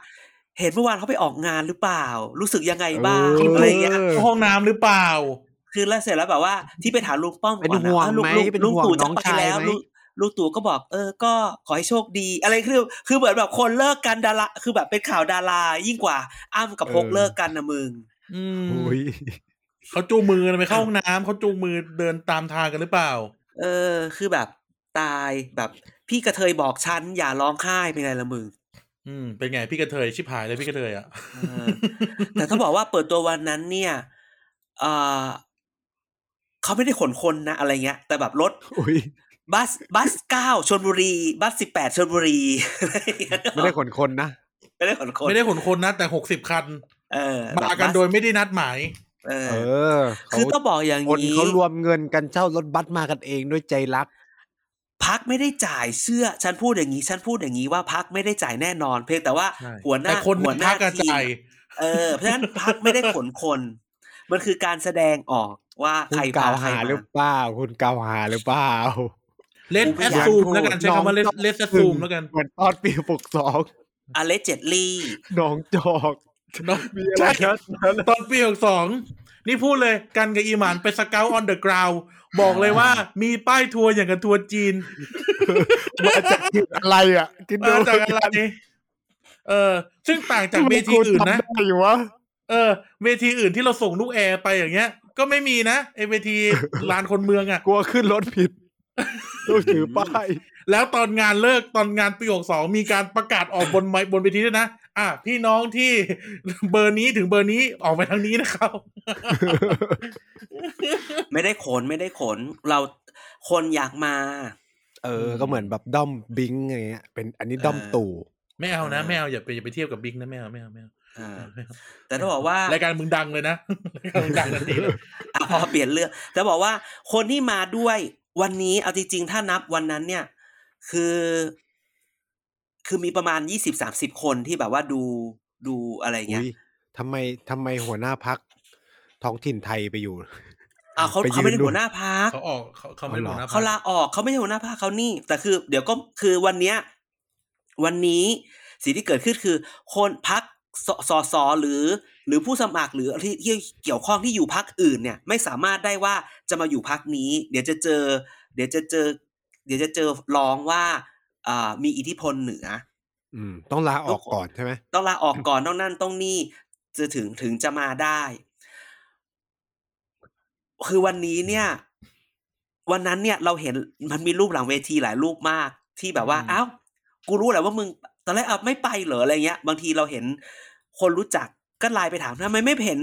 Speaker 4: เห็นเมื่อวานเขาไปออกงานหรือเปล่า รู้สึกยังไงบ้าง
Speaker 3: เอออ
Speaker 4: อะไรอย่างเงี้ย
Speaker 3: เออ
Speaker 2: เข้าห้องน้ำหรือเปล่า
Speaker 4: คือแล้วเสร็จแล้วแบบว่า ที่ไปถามลุงป้อมก่
Speaker 3: เป็นห่วง
Speaker 4: อ่ะลุ
Speaker 3: ไหม
Speaker 4: ลุ
Speaker 3: เป็น
Speaker 4: ลุง
Speaker 3: ห่วง
Speaker 4: ตู่
Speaker 3: น้
Speaker 4: จะ
Speaker 3: อง
Speaker 4: ไป
Speaker 3: ชาย
Speaker 4: แล้ว
Speaker 3: ไหม
Speaker 4: ลุงลุงตู่ก็บอก เออ ก็ขอให้โชคดี อะไรคือคือเหมือนแบบคนเลิกกันดาราคือแบบเป็นข่าวดารายิ่งกว่าอ้ำกับพกเลิกกันนะมึง
Speaker 2: อืม
Speaker 3: โอ้ย (laughs)
Speaker 2: เขาจูงมือกันไปเข้าห้องน้ำเขาจูงมือเดินตามทางกันหรือเปล่า
Speaker 4: เออ คือแบบตายแบบ พี่กระเทยบอกฉันอย่าร้องไห้เป็นไงละมึง
Speaker 2: อืมเป็นไงพี่กระเทยชิบหายเลยพี่กระเทยอ่ะ
Speaker 4: เออ (laughs) แต่ต้องบอกว่าเปิดตัววันนั้นเนี่ยเอ่อเขาไม่ได้ขนคนนะอะไรเงี้ย แต่แบบรถ
Speaker 3: โอ้ย
Speaker 4: บัสบัสเก้าชนบุรี บัสสิบแปดชนบุรี (laughs)
Speaker 3: ไม่ได้ขนคนนะ
Speaker 4: ไม่ได้ขนคน
Speaker 2: ไม่ได้ขนคนนะแต่หกสิบคัน
Speaker 4: เออ
Speaker 2: มากันโดยไม่ได้นัดหมาย
Speaker 4: เออ
Speaker 3: เออ
Speaker 4: คือต้องบอกอย่าง
Speaker 3: คน
Speaker 4: นี้
Speaker 3: เขารวมเงินกันเช่ารถบัสมากันเองด้วยใจรัก
Speaker 4: พักไม่ได้จ่ายเสื้อ ฉันพูดอย่างนี้ ฉันพูดอย่างนี้ว่าพักไม่ได้จ่ายแน่นอน เพียงแต่ว่า
Speaker 2: ใช่
Speaker 4: หัวหน้า
Speaker 2: แต่คน
Speaker 4: หัวหน้า
Speaker 2: พักกระ
Speaker 4: ทีม
Speaker 2: จาย
Speaker 4: เออเพราะฉะนั้นพักไม่ได้ขนคน มันคือการแสดงออกว่า
Speaker 3: คุ
Speaker 4: ใคร
Speaker 3: ณกล่าว
Speaker 4: พใคร
Speaker 3: หาห
Speaker 4: ม
Speaker 3: รือเปล่า คุณกล่าวหาหรือเป
Speaker 4: (laughs)
Speaker 3: ล่า
Speaker 2: เล่นแอสซูมแล้วกันใช้คำว่าเล่นเล่นแอสซูมแล้วกัน
Speaker 3: เหมือนตอนปีปกสอง
Speaker 4: อเล็กเจดลี่
Speaker 3: น้องจอก
Speaker 2: เนอะ
Speaker 3: มีอะไร
Speaker 2: ใช่
Speaker 3: นะ
Speaker 2: (laughs) ตอนปีหกสองนี่พูดเลยกันกับอีหมานไปสเกลออนเดอะกราวบอกเลยว่ามีป้ายทัวร์อย่างกับทัวร์จีน
Speaker 3: มาจากกินอะไรอ่ะกิน
Speaker 2: เอ
Speaker 3: (laughs) ดู
Speaker 2: อจากอะไรเออ ซึ่งต่างจากเวที
Speaker 3: กู
Speaker 2: อื่นนะ
Speaker 3: ทำได้อยู่วะ
Speaker 2: เออ เวทีอื่นที่เราส่งลูกแอร์ไปอย่างเงี้ย ก็ไม่มีนะไอเวที ลานคนเมืองอะ่ะ (laughs)
Speaker 3: กลัวขึ้นรถผิดต้องถือป้าย
Speaker 2: แล้วตอนงานเลิกตอนงานปีหกสองมีการประกาศออกบนไมค์บนเวทีด้วยนะ อ่ะ พี่น้องที่ (laughs) เบอร์นี้ถึงเบอร์นี้ออกไปทางนี้นะครับ (laughs)
Speaker 4: ไม่ได้ขนไม่ได้ขน เราคนอยากมา
Speaker 3: เออ ก็เหมือนแบบด้อมบิงอะไรเงี้ย เป็นอันนี้ด้อม
Speaker 4: เออ
Speaker 3: ตู่
Speaker 2: ไม่เอานะไม่เอาอย่าไปอย่าไปเทียบกับบิ๊กนะไม่เอาไม่เอาไม่เอา
Speaker 4: เอ
Speaker 3: (laughs)
Speaker 4: อ
Speaker 2: ไม่เอา
Speaker 4: แต่ต้องบอกว่าร
Speaker 2: ายการมึงดังเลยนะ (laughs) รายการมึงดั
Speaker 4: (laughs)
Speaker 2: งทันทีเลย
Speaker 4: อ่ะพอเปลี่ยนเรื่องแต่บอกว่าคนที่มาด้วยวันนี้เอาจริงๆ ถ้านับวันนั้นเนี่ย คือ คือมีประมาณยี่สิบสามสิบคนที่แบบว่าดูดูอะไรเงี้ย
Speaker 3: อุ๊ยทำไมทำไมหัวหน้าพักท้องถิ่นไทยไปอยู่
Speaker 4: อ่ะเขา
Speaker 3: ไปยืน
Speaker 4: เขาไม่ได้
Speaker 3: ดู
Speaker 4: หัวหน้าพัก
Speaker 2: เขาออกเขาเขาไม่ได้หัวหน้าพรรค
Speaker 4: เขาลาออกเขาไม่ใช่หัวหน้าพักเขานี่ แต่คือ เดี๋ยวก็คือวันเนี้ย วันนี้สิ่งที่เกิดขึ้นคือ คนพักสสสหรือ หรือผู้สมัครหรือที่ที่เกี่ยวข้องที่อยู่พักอื่นเนี่ย ไม่สามารถได้ว่าจะมาอยู่พักนี้ เดี๋ยวจะเจอ เดี๋ยวจะเจอ เดี๋ยวจะเจอร้องว่าอ่ามีอิทธิพลเหนือ
Speaker 3: อืม ต้องลาออกก่อนใช่ไหม
Speaker 4: ต้องลาออกก่อนต้องนั่นต้องนี่จะถึงถึงจะมาได้ คือวันนี้เนี่ย วันนั้นเนี่ยเราเห็นมันมีรูปหลังเวทีหลายรูปมาก ที่แบบว่า
Speaker 2: อืม
Speaker 4: อ้าวกูรู้แหละว่ามึงตอนแรกเอาไม่ไปเหรออะไรเงี้ย บางทีเราเห็นคนรู้จักก็ไลน์ไปถามทำไมไม่เห็น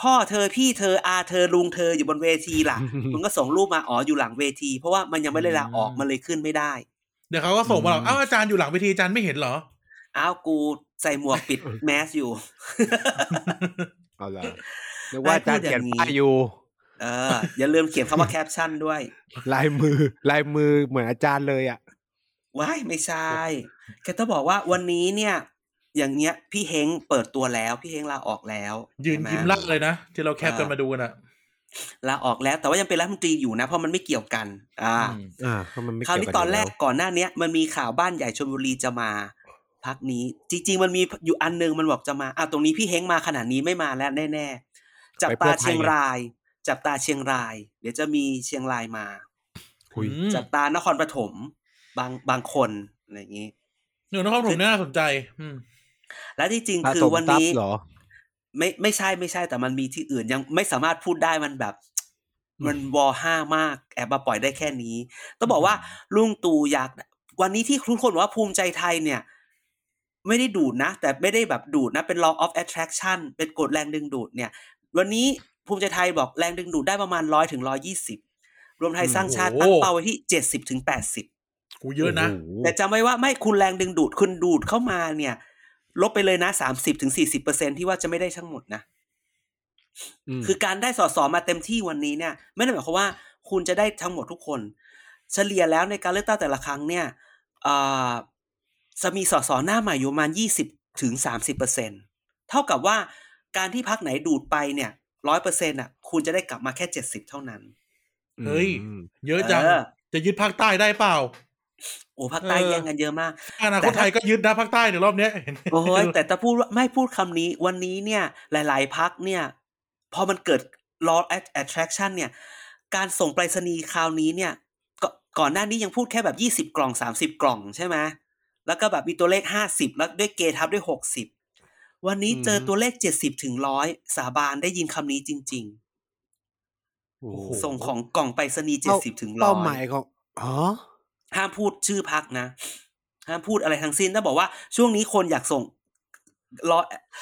Speaker 4: พ่อเธอพี่เธออาเธอลุงเธออยู่บนเวที
Speaker 2: (laughs)
Speaker 4: ล่ะ มึงก็ส่งรูปมาอ๋ออยู่หลังเวที เพราะว่ามันยังไม่ได้ลาออกมันเลยขึ้นไม่ได้
Speaker 2: เดี๋ยวเขาก็ส่งมาหรอกอ้าวอาจารย์อยู่หลังเวทีอาจารย์ไม่เห็นเหรอ
Speaker 4: อ้าวกูใส่หมวก
Speaker 2: (laughs)
Speaker 4: ปิดแมสอยู่
Speaker 3: เอาละนึกว่าอาจารย์
Speaker 4: ได้พูดอ
Speaker 3: เขีย
Speaker 4: ย่าน งนี้
Speaker 3: ป้ายอยู่
Speaker 4: เออ อย่าลืมเขียนคำว่าแคปชั่นด้วย
Speaker 3: ลายมือ ลายมือเหมือนอาจารย์เลยอ่ะ
Speaker 4: ว้ายไม่ใช่แกต้องบอกว่าวันนี้เนี่ย อย่างเงี้ย พี่เฮงเปิดตัวแล้ว พี่เฮงลาออกแล้ว
Speaker 2: ยืน
Speaker 4: ใช่ไห
Speaker 2: ยิ้มลักเลยนะ ที่เราแคปกันมาดูน่ะ
Speaker 4: ลาออกแล้ว แต่ว่ายังเป็นรัฐมนตรีอยู่นะ เพราะมันไม่เกี่ยวกัน อ่า
Speaker 2: อืม
Speaker 3: อ่าเพราะมันไม่
Speaker 4: ครา
Speaker 3: เกี่
Speaker 4: ว
Speaker 3: ยว
Speaker 4: นี้
Speaker 3: กัน
Speaker 4: ตอนแรก
Speaker 3: ยู่ล้ว
Speaker 4: ก่อนหน้าเนี้ยมันมีข่าวบ้านใหญ่ชลบุรีจะมา พักนี้ จริง ๆ มันมีอยู่อันหนึงมันบอกจะมาอ่ะตรงนี้พี่เฮงมาขนาดนี้ไม่มาแล้วแน่ๆจับตาเชียงราย จับตาเชียงราย เดี๋ยวจะมีเชียงรายมา
Speaker 3: หุย
Speaker 2: อืม
Speaker 4: จับตานครปฐมบางบางคนอะไรอย่างนี้
Speaker 2: เนื้อนครผมน่าสนใจ อืม
Speaker 4: และที่จริง
Speaker 3: ตา
Speaker 4: คือ
Speaker 3: ตม
Speaker 4: วัน
Speaker 3: ตับ
Speaker 4: นี้
Speaker 3: เหรอ
Speaker 4: ไม่ไม่ใช่ไม่ใช่แต่มันมีที่อื่นยังไม่สามารถพูดได้มันแบบ มันวอห้ามาก แอบมาปล่อยได้แค่นี้ ต้องบอกว่าลุงตู่อยาก วันนี้ที่ทุกคนบอกว่าภูมิใจไทยเนี่ย ไม่ได้ดูดนะ แต่ไม่ได้แบบดูดนะ เป็น law of attraction เป็นกฎแรงดึงดูดเนี่ย วันนี้ภูมิใจไทยบอกแรงดึงดูดได้ประมาณร้อยถึงร้อยี่สิบรวมไทยสร้างชาติตั้งเป้าไว้ที่เจ็ดสิบถึงแปดสิบ
Speaker 2: กูเยอะนะ
Speaker 3: โโห
Speaker 4: แต่จำไว้ว่าไม่คุณแรงดึงดูดคุณดูดเข้ามาเนี่ย ลบไปเลยนะสามสิบถึงสี่สิบเปอร์เซ็นที่ว่าจะไม่ได้ทั้งหมดนะ
Speaker 3: ม
Speaker 4: คือการได้สอสอมาเต็มที่วันนี้เนี่ย ไม่ได้หมายความว่าคุณจะได้ทั้งหมดทุกคน เฉลี่ยแล้วในการเลือกตั้งแต่ละครั้งเนี่ยเอ่อจะมีสอสอหน้าใหม่อยู่ประมาณยี่สิบถึงสามสิบเปอร์เซ็นเท่ากับว่าการที่พักไหนดูดไปเนี่ยร้อยเปอร์เซ็นต์อ่ะคุณจะได้กลับมาแค่เจ็ดสิบเท่านั้น
Speaker 2: เฮ้ย
Speaker 3: อืม
Speaker 2: เยอะจัง
Speaker 4: เออ
Speaker 2: จะยึดภาคใต้ได้เปล่า
Speaker 4: โอ้ภาคใต้
Speaker 2: เออ
Speaker 4: แย่งกันเยอะมาก
Speaker 2: อนาคตไทยก็ยึดนะภาคใต้เดี๋ยวรอบเนี้ยเห็น
Speaker 4: โอ้ย
Speaker 3: (laughs)
Speaker 4: แต่ถ้าพูดว่าไม่พูดคำนี้วันนี้เนี่ย หลายๆพักเนี่ย พอมันเกิด law of attraction เนี่ย การส่งไปรษณีย์คราวนี้เนี่ยกก่อนหน้านี้ยังพูดแค่แบบ 20 กล่อง 30 กล่องใช่ไหมแล้วก็แบบมีตัวเลข 50 แล้วด้วยเกทับด้วย 60 วันนี้เจอตัวเลข 70 ถึงร้อยสาบานได้ยินคำนี้จริง
Speaker 3: โอ้โห
Speaker 4: ๆ ส่งของกล่องไปรษณีย์70 ถึงร้
Speaker 3: เป้า
Speaker 4: อ
Speaker 3: หมาย ยของอ๋อ
Speaker 4: ห้ามพูดชื่อพักนะ ห้ามพูดอะไรทั้งสิ้นถ้าบอกว่าช่วงนี้คนอยากส่งรอ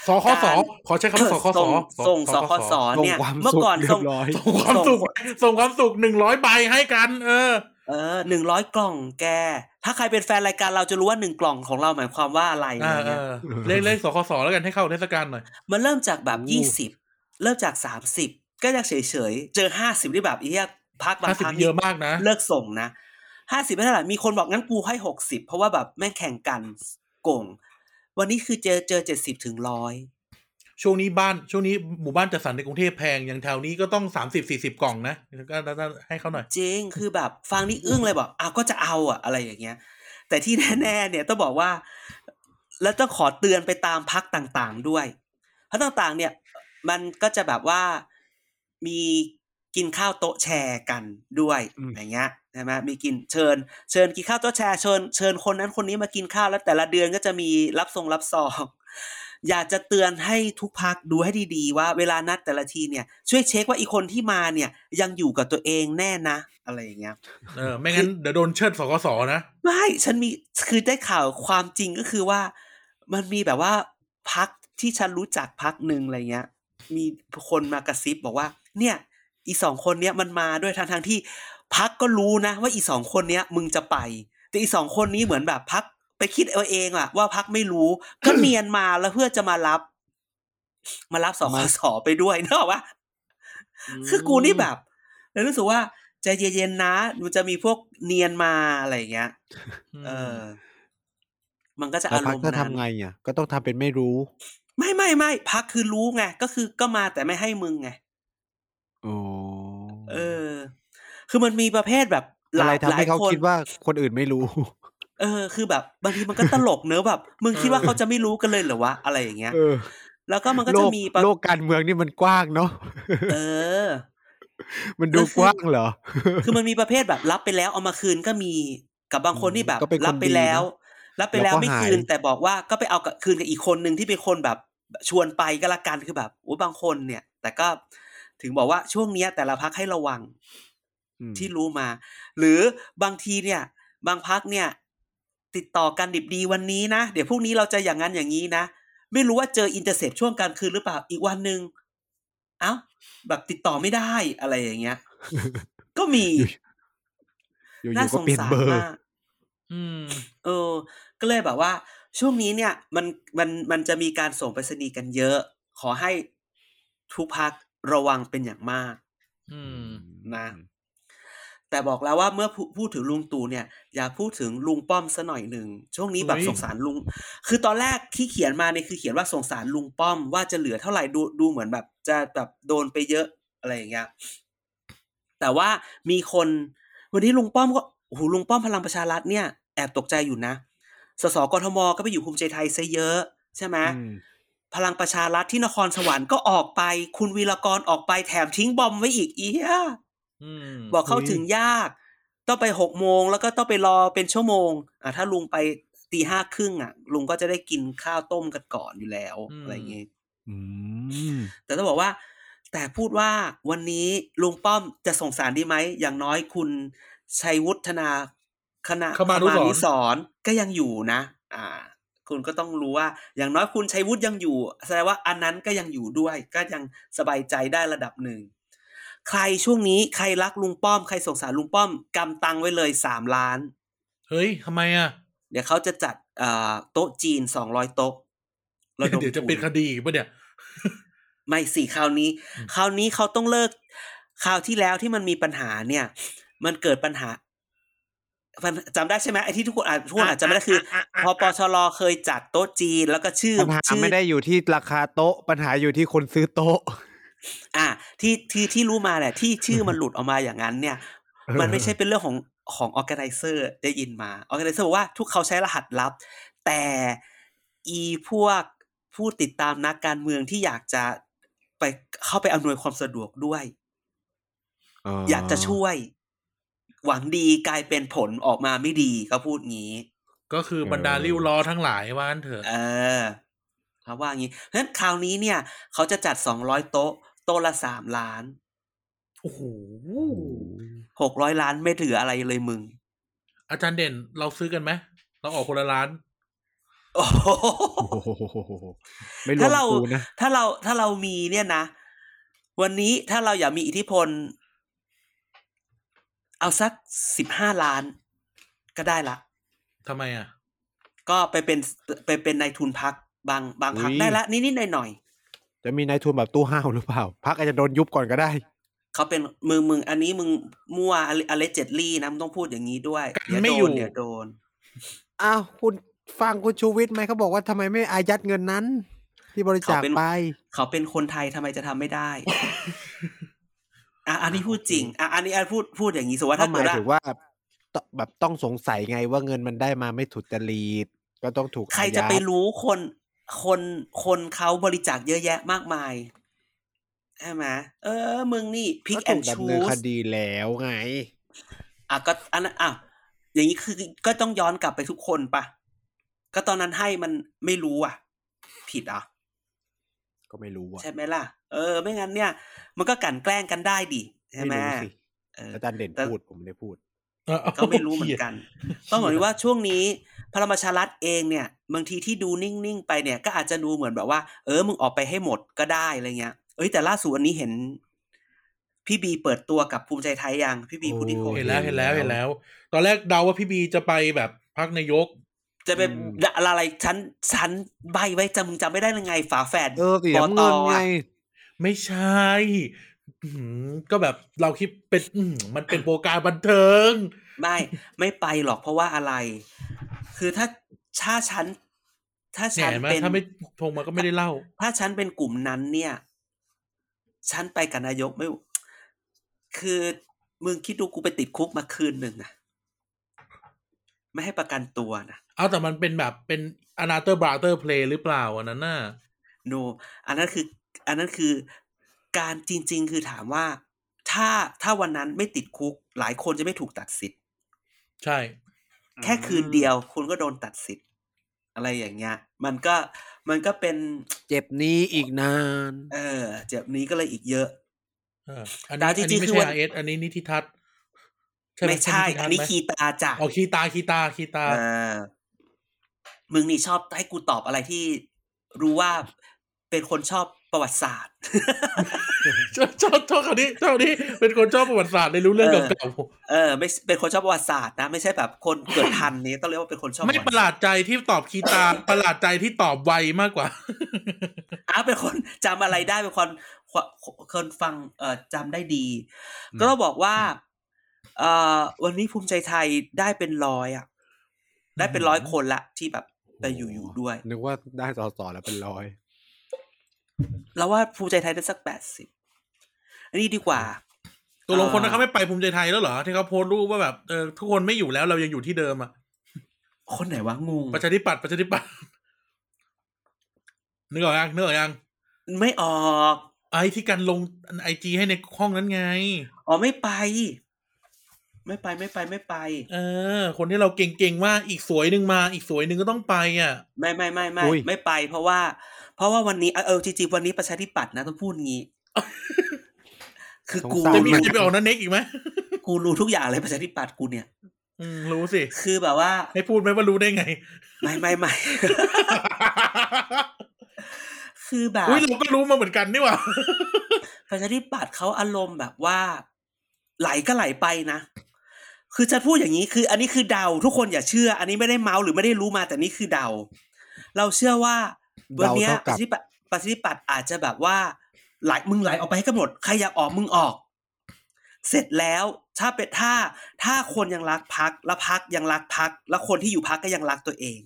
Speaker 2: สคส
Speaker 4: การ
Speaker 2: ขอใช้คำ
Speaker 4: (coughs)
Speaker 2: ว่าสคส
Speaker 4: ส่งส่งสคสเนี่ย
Speaker 3: ส่งความ
Speaker 4: เมื่อก่อน
Speaker 3: สุข
Speaker 4: ส่ง
Speaker 3: เรียบร้อย
Speaker 2: ส่งความสุขส่งความสุขหนึ่งร้อยใบให้กัน เออ
Speaker 4: เออหนึ่งร้อยกล่องแก ถ้าใครเป็นแฟนรายการเราจะรู้ว่าหนึ่งกล่องของเราหมายความว่าอะไรอะไร
Speaker 2: อ่า
Speaker 4: เงี้ย
Speaker 2: ๆเลขเลขสคสแล้วกันให้เข้าเทศกาลหน่อย
Speaker 4: มันเริ่มจากแบบ
Speaker 3: โอ้
Speaker 4: ยี่สิบเริ่มจากสามสิบก็ยังเฉยเฉยๆเจอห้าสิบที่แบบเอียพักบาง
Speaker 2: ห้าสิบ
Speaker 4: พัก
Speaker 2: เยอะมากนะ
Speaker 4: เลิกส่งนะห้าสิบไม่เท่าไหร่มีคนบอกงั้นกูให้หกสิบเพราะว่าแบบแม่งแข่งกันโกง วันนี้คือเจอเจอเจ็ดสิบถึงร้อย
Speaker 2: ช่วงนี้บ้านช่วงนี้หมู่บ้านจัดสรรในกรุงเทพแพงอย่างแถวนี้ก็ต้องสามสิบสี่สิบกล่องนะก็ก็ให้เขาหน่อย
Speaker 4: จริงคือแบบฟังนี่อึ้งเลยบอกอ้าวก็จะเอาอะอะไรอย่างเงี้ย แต่ที่แน่ๆเนี่ยต้องบอกว่า แล้วต้องขอเตือนไปตามพักต่างๆด้วยพักต่างๆ เนี่ย มันก็จะแบบว่ามีกินข้าวโต๊ะแชร์กันด้วย
Speaker 3: อืม
Speaker 4: อย่างเงี้ยใช่ไหมมีกินเชิญ เชิญกินข้าวโต๊ะแชร์เชิญเชิญคนนั้นคนนี้มากินข้าวแล้วแต่ละเดือนก็จะมีรับทรงรับซอง (laughs) อยากจะเตือนให้ทุกพักดูให้ดีๆ ว่าเวลานัดแต่ละทีเนี่ย ช่วยเช็คว่าอีกคนที่มาเนี่ย ยังอยู่กับตัวเองแน่นะ อะไรอย่างเงี้ย
Speaker 2: เออ ไม่งั้นเดี๋ยวโดนเชิดสกสนะ
Speaker 4: ไม่ฉันมีคือได้ข่าวความจริงก็คือว่า มันมีแบบว่าพักที่ฉันรู้จักพักหนึ่งอะไรเงี้ย มีคนมากระซิบบอกว่า เนี่ย อีสองคนเนี้ยมันมาด้วยทางทางๆที่พักก็รู้นะ ว่าอีสองคนเนี้ยมึงจะไป แต่อีสองคนนี้เหมือนแบบพักไปคิดเอาเองอะว่าพักไม่รู้ ก็เนียนมาแล้วเพื่อจะมารับ มารับสคสไปด้วยเนกอะวะ คือกูนี่แบบเลยรู้สึกว่าใจเย็นๆนะมันจะมีพวกเนียนมาอะไรอย่างเงี้ย เออ มันก็จะ
Speaker 3: แล้ว
Speaker 4: อาร
Speaker 3: พัก
Speaker 4: มณ์
Speaker 3: ก็ทำ
Speaker 4: นั้น
Speaker 3: ไงอ่ะก็ต้องทำเป็นไม่รู้
Speaker 4: ไม่ไม่ไม่พักคือรู้ไง ก็คือก็มาแต่ไม่ให้มึงไง
Speaker 3: โอ้
Speaker 4: เออ คือมันมีประเภทแบบห
Speaker 3: อะ
Speaker 4: ลา
Speaker 3: ไร
Speaker 4: ย
Speaker 3: ทำให้เขา
Speaker 4: หลยน
Speaker 3: คิดว่าคนอื่นไม่รู้
Speaker 4: เออ คือแบบบางทีมันก็ตลกเนอะแบบ มึงคิดว่าเขาจะไม่รู้กันเลยเหรอวะอะไรอย่างเงี้ย
Speaker 3: เออ
Speaker 4: แล้วก็มันก็
Speaker 3: โล
Speaker 4: จะ
Speaker 3: ก
Speaker 4: มีประ
Speaker 3: โลกการเมืองนี่มันกว้างเนาะ
Speaker 4: เออ
Speaker 3: มันดู
Speaker 4: แล้วคือ
Speaker 3: กว้างเหรอ (laughs)
Speaker 4: คือมันมีประเภทแบบรับไปแล้วเอามาคืนก็มีกับบางคนที่แบบ
Speaker 3: ก็เป็นคน
Speaker 4: รับไปแล้ว
Speaker 3: ดี
Speaker 4: รับไปแล้
Speaker 3: แล้ว
Speaker 4: ว
Speaker 3: ก็
Speaker 4: ไม่คืน
Speaker 3: หาย
Speaker 4: แต่บอกว่าก็ไปเอากับคืนกับอีกคนหนึ่งที่เป็นคนแบบชวนไปก็ละกันคือแบบโอ้บางคนเนี่ย แต่ก็ถึงบอกว่าช่วงเนี้ยแต่ละพักให้ระวัง
Speaker 3: อืม
Speaker 4: ที่รู้มา หรือบางทีเนี่ย บางพักเนี่ย ติดต่อกันดิบดีวันนี้นะ เดี๋ยวพรุ่งนี้เราจะอย่างนั้นอย่างนี้นะ ไม่รู้ว่าเจออินเตอร์เซปช่วงกลางคืนหรือเปล่าอีกวันหนึ่งเอ้า แบบติดต่อไม่ได้อะไรอย่างเงี้ย
Speaker 3: (laughs)
Speaker 4: ก็มี
Speaker 3: อยู่
Speaker 4: น่า
Speaker 3: ๆก็
Speaker 4: สง
Speaker 3: เปลี่ยน
Speaker 4: สาร
Speaker 3: เบอร์
Speaker 4: มาก
Speaker 2: อืม
Speaker 4: เออ ก็เลยแบบว่า ช่วงนี้เนี่ย มันมันมันจะมีการส่งไปรษณีย์กันเยอะ ขอให้ทุกพักระวังเป็นอย่างมาก
Speaker 2: อืม
Speaker 4: นะ แต่บอกแล้วว่าเมื่อพูพูดถึงลุงตู่เนี่ย อย่าพูดถึงลุงป้อมซะหน่อยหนึ่งช่วงนี้แบบ
Speaker 2: อุ๊ย
Speaker 4: สงสารลุง คือตอนแรกที่เขียนมาเนี่ยคือเขียนว่าสงสารลุงป้อมว่าจะเหลือเท่าไหร่ดูดูเหมือนแบบ จะแบบโดนไปเยอะอะไรอย่างเงี้ยแต่ว่ามีคนวันนี้ลุงป้อมก็โอ้โหลุงป้อมพลังประชารัฐเนี่ยแอบตกใจอยู่นะสสกทมก็ไปอยู่ภูมิใจไทยซะเยอะใช่ไหม
Speaker 3: อืม
Speaker 4: พลังประชารัฐที่นครสวรรค์ก็ออกไป คุณวีรกรออกไปแถมทิ้งบอมไว้อีกเอีย
Speaker 2: อืม
Speaker 4: บอกเข้า
Speaker 3: อุ๊ย
Speaker 4: ถึงยาก ต้องไปหกโมงแล้วก็ต้องไปรอเป็นชั่วโมง อ่ะถ้าลุงไปตีห้าครึ่งอ่ะ ลุงก็จะได้กินข้าวต้มกันก่อนอยู่แล้ว อะไรอย่างงี้
Speaker 3: อืม
Speaker 4: แต่ต้องบอกว่า แต่พูดว่าวันนี้ลุงป้อมจะส่งสารดีไหม อย่างน้อยคุณชัยวุฒนาคณะ
Speaker 2: คมานุสรณ์
Speaker 4: สรณ์ก็ยังอยู่นะ อ่า คุณก็ต้องรู้ว่า อย่างน้อยคุณชัยวุฒิยังอยู่แสดงว่าอันนั้นก็ยังอยู่ด้วย ก็ยังสบายใจได้ระดับหนึ่ง ใครช่วงนี้ใครรักลุงป้อม ใครสงสารลุงป้อมกำตังไว้เลยสามล้าน
Speaker 2: เฮ้ยทำไมอ่ะ
Speaker 4: เดี๋ยวเขาจะจัดเอ่อโต๊ะจีนสองร้อยโต๊ะรดม
Speaker 2: เดี๋ยวจะ
Speaker 4: ทุน
Speaker 2: เป็นคดีอีกปะเนี่ย
Speaker 4: ไม่สิคราวนี้
Speaker 2: อืม
Speaker 4: คราวนี้เขาต้องเลิก คราวที่แล้วที่มันมีปัญหาเนี่ย มันเกิดปัญหามันจำได้ใช่ไหมไอ้ที่ทุกคนอาจทุกคนอาจจะไม่ได้คือพอปชรเคยจัดโต๊ะจีนแล้วก็ชื่อ
Speaker 3: ปัญหา
Speaker 4: ชื่อ
Speaker 3: ไม่ได้อยู่ที่ราคาโต๊ะ ปัญหาอยู่ที่คนซื้อโต๊ะ
Speaker 4: อ่ะที่ที่ที่รู้มาแหละที่ชื่อมันหลุดออกมาอย่างนั้นเนี่ย มันไม่ใช่เป็นเรื่องของของออแกไนเซอร์ได้ยินมาออแกไนเซอร์บอกว่าทุกเขาใช้รหัสลับ แต่อีพวกผู้ติดตามนักการเมืองที่อยากจะไปเข้าไปอำนวยความสะดวกด้วย อยากจะช่วย หวังดีกลายเป็นผลออกมาไม่ดีเขาพูดงี้
Speaker 2: ก็คือบรรดา
Speaker 3: เออ
Speaker 2: ริ้วล้อทั้งหลายว่างั้นเถอะ
Speaker 4: เออเขาว่างี้เพราะฉะนั้นคราวนี้เนี่ย เขาจะจัดสองร้อยโต๊ะ โต๊ะละสามล้าน
Speaker 2: โอ้โห
Speaker 4: หกร้อยล้านไม่ถืออะไรเลยมึง
Speaker 2: อาจารย์เด่นเราซื้อกันไหมเราออกคนละร้าน
Speaker 4: โอ้โห
Speaker 3: โอ้โหไม่รว
Speaker 4: ถ้าม เรา
Speaker 3: กูนะ
Speaker 4: ถ้าเราถ้าเรามีเนี่ยนะ วันนี้ถ้าเราอยากมีอิทธิพล เอาสักสิบห้าล้าน ก็ได้ละ
Speaker 2: ทำไมอ่ะ
Speaker 4: ก็ไปเป็นไปเป็นนายทุนพักบางบางพักได้ละนิดๆหน่อยๆ
Speaker 3: จะมีนายทุนแบบตู้ห้าวหรือเปล่าพักอาจจะโดนยุบก่อนก็ได้
Speaker 4: เขาเป็นมึงมึงอันนี้มึงมั่วอเลเจดลี่นะมึงต้องพูดอย่างนี้ด้วย
Speaker 2: กัน
Speaker 4: เดี๋ยว
Speaker 2: ไม่
Speaker 4: โด
Speaker 2: อยู่
Speaker 4: นเดี๋ยวโดน
Speaker 3: อ้าวคุณฟังคุณชูวิทย์ไหมเขาบอกว่าทำไมไม่อายัดเงินนั้น ที่บริจาค
Speaker 4: เขาเป็น
Speaker 3: ไป
Speaker 4: เขาเป็นคนไทยทำไมจะทำไม่ได้ อ่ะอันนี้พูดจริงอ่ะอันนี้อันพูดพูดอย่างนี้สมมติว่า
Speaker 3: ก็
Speaker 4: ถ้า
Speaker 3: ห
Speaker 4: เกิ
Speaker 3: มาย
Speaker 4: ดว่า
Speaker 3: ถึงว่าตแบบต้องสงสัยไงว่าเงินมันได้มาไม่ถูกจริตก็ต้องถูก
Speaker 4: ใคร
Speaker 3: อายัด
Speaker 4: จะไปรู้คนคนคนเขาบริจาคเยอะแยะมากมายใช่ไหมเออ มึงนี่พิก
Speaker 3: ก็
Speaker 4: แอ
Speaker 3: ถู
Speaker 4: น
Speaker 3: ก
Speaker 4: ชู
Speaker 3: ดำเนินค
Speaker 4: ส
Speaker 3: ดีแล้วไง
Speaker 4: อ่ะก็อันนั้นอ่ะอย่างนี้คือก็ต้องย้อนกลับไปทุกคนปะก็ตอนนั้นให้มันไม่รู้อ่ะ ผิดอ่ะ
Speaker 3: ก็ไม่รู้อ่ะ
Speaker 4: ใช่ไหมล่ะ เออ ไม่งั้นเนี่ย มันก็กลั่นแกล้งกันได้ดิ ใช่ไหม
Speaker 3: รู้สิ
Speaker 4: เออ
Speaker 3: อาจารย์เด่น
Speaker 4: แต่
Speaker 3: พูดผมไม่ได้พูด
Speaker 2: เออ
Speaker 4: ก็ไม่รู้ (laughs) เหมือนกัน ต้องบอกเลยว่าช่วงนี้พลังประชารัฐเองเนี่ย บางทีที่ดูนิ่ง ๆ ไปเนี่ย ก็อาจจะดูเหมือนแบบว่า เออ มึงออกไปให้หมดก็ได้อะไรเงี้ย เอ้ยแต่ล่าสุดวันนี้เห็น พี่บีเปิดตัวกับภูมิใจไทยยัง พี่บี
Speaker 3: โอ้
Speaker 4: พุทธิโก
Speaker 2: เห็นแล้วเห็นแล้วเห็นแล้ว ตอนแรกเดาว่าพี่บีจะไปแบบพักนายก
Speaker 4: จะเป็นอะไรชั้นชั้นใบไว้จำจำไม่ได้ยังไงฝาแฝด
Speaker 3: เออสี
Speaker 4: ป
Speaker 3: น้ำเงินไง
Speaker 4: อะ
Speaker 2: ไม่ใช่อื้อหือก็แบบเราคิดเป็นอื้อหือมันเป็นโปรการบันเทิง
Speaker 4: ไม่ไม่ไปหรอกเพราะว่าอะไร คือถ้าถ้าฉัน ถ้า
Speaker 2: เนี่
Speaker 4: ฉั
Speaker 2: ย
Speaker 4: น
Speaker 2: เห็นไหม
Speaker 4: เป็น
Speaker 2: ถ้าไม่โทงมาก็ไม่ได้เล่า
Speaker 4: ถ้าฉันเป็นกลุ่มนั้นเนี่ย ฉันไปกับนายกไม่ คือมึงคิดดูกูไปติดคุกมาคืนหนึ่งอะไม่ให้ประกันตัวนะ
Speaker 2: เอาแต่มันเป็นแบบเป็นอนาเตอร์บราเตอร์เพลย์หรือเปล่าอันนั้นน่ะ
Speaker 4: โน อันนั้นคือ อันนั้นคือการจริง ๆ คือถามว่า ถ้าถ้าวันนั้นไม่ติดคุก หลายคนจะไม่ถูกตัดสิทธิ
Speaker 2: ใช่
Speaker 4: แค่คืนเดียวคุณก็โดนตัดสิทธิ์ อะไรอย่างเงี้ย มันก็มันก็เป็น
Speaker 3: เจ็บนี้อีกนาน
Speaker 4: เออเจ็บนี้ก็เลยอีกเยอะ
Speaker 2: เอออัน
Speaker 4: แต่
Speaker 2: นี้
Speaker 4: จ
Speaker 2: อัน
Speaker 4: ริ
Speaker 2: นี้
Speaker 4: งๆ
Speaker 2: ไม่
Speaker 4: คือ
Speaker 2: ใช่
Speaker 4: วัน
Speaker 2: อาเอสอันนี้นิติทัศน์ห
Speaker 4: ไม่ใช่ อันนี้
Speaker 2: ธิทัศน์ไหม
Speaker 4: คีตาจ้ะ
Speaker 2: อ๋อคีตาคีตาคีตา
Speaker 4: เออมึงนี่ชอบให้กูตอบอะไรที่รู้ว่าเป็นคนชอบประวัติศาสตร์
Speaker 2: ชอบชอบชอบคนนี้ชอบคนนี้เป็นคนชอบประวัติศาสตร์ได้รู้เรื่อง
Speaker 4: เออ
Speaker 2: เก่าๆผม
Speaker 4: เออ ไม่เป็นคนชอบประวัติศาสตร์นะ ไม่ใช่แบบคนเกิด (coughs) ทันนี้ต้องเรียกว่าเป็นคนชอบ
Speaker 2: ไม่
Speaker 4: วัติ
Speaker 2: ประหลาดใจที่ตอบคีตา ประหลาดใจที่ตอบไวมากกว่า
Speaker 4: อ้าวเป็นคน (laughs) จำอะไรได้เป็นคนคนคนฟังเอ่อจำได้ดี
Speaker 2: อืม
Speaker 4: ก็ต้องบอกว่าเอ่อวันนี้ภูมิใจไทยได้เป็นร้อยอ่ะ ได้เป็นร้อยคนละที่แบบไปอยู่อยู่ด้วย
Speaker 3: นึกว่าได้สอสอแล้วเป็นร้อย
Speaker 4: เราว่าภูมิใจไทยได้สักแปดสิบอันนี้ดีกว่า
Speaker 2: ตกลงคนนั้นเขาไม่ไปภูมิใจไทยแล้วเหรอที่เขาโพสต์รูปว่าแบบเออทุกคนไม่อยู่แล้วเรายังอยู่ที่เดิมอ่ะ
Speaker 4: คนไหนวะงง
Speaker 2: ประชาธิปัตย์ประชาธิปัตย์ (laughs) นึกออกยังนึกออกยัง
Speaker 4: ไม่ออก
Speaker 2: ไอ้ที่การลงไอจีให้ในห้องนั้นไง
Speaker 4: อ๋อไม่ไป ไม่ไปไม่ไปไม่ไป
Speaker 2: เออ คนที่เราเก่งๆว่าอีกสวยหนึ่งมา อีกสวยหนึ่งก็ต้องไปอ่ะ
Speaker 4: ไม่ไม่ไม่ไม่
Speaker 3: อุ๊ย
Speaker 4: ไม่ไป เพราะว่า เพราะว่าวันนี้เออเออจริงๆวันนี้ประชาธิปัตย์นะต้องพูดงี้ คือกู
Speaker 3: สงสาร
Speaker 2: จะมีใครไปออกนั่นเน็กอีกไหม
Speaker 4: กูรู้ทุกอย่างเลยประชาธิปัตย์กูเนี่ย
Speaker 2: อืมรู้สิ
Speaker 4: คือแบบว่า
Speaker 2: ให้พูดไหมว่ารู้ได้ (laughs) ไง
Speaker 4: ไม่ไม่ไม่ (laughs) คือแบบ
Speaker 2: อุ้ยเราก็รู้มาเหมือนกันนี่หว่า
Speaker 4: ประชาธิปัตย์เขาอารมณ์แบบว่า ไหลก็ไหลไปนะ คือจะพูดอย่างนี้คือ อันนี้คือเดาทุกคนอย่าเชื่อ อันนี้ไม่ได้เมาส์หรือไม่ได้รู้มาแต่นี่คือเดา เราเชื่อว่าวัน
Speaker 3: เดา
Speaker 4: เนี้ย
Speaker 3: เท่า
Speaker 4: ป
Speaker 3: กับ
Speaker 4: ระชาธิปัตย์ประชาธิปัตย์อาจจะแบบว่าไหลมึงไหลออกไปให้กำหนดใครอยากออกมึงออก เสร็จแล้วถ้าเป็นถ้าถ้าคนยังรักพักและพักยังรักพัก และคนที่อยู่พักก็ยังรักตัวเอง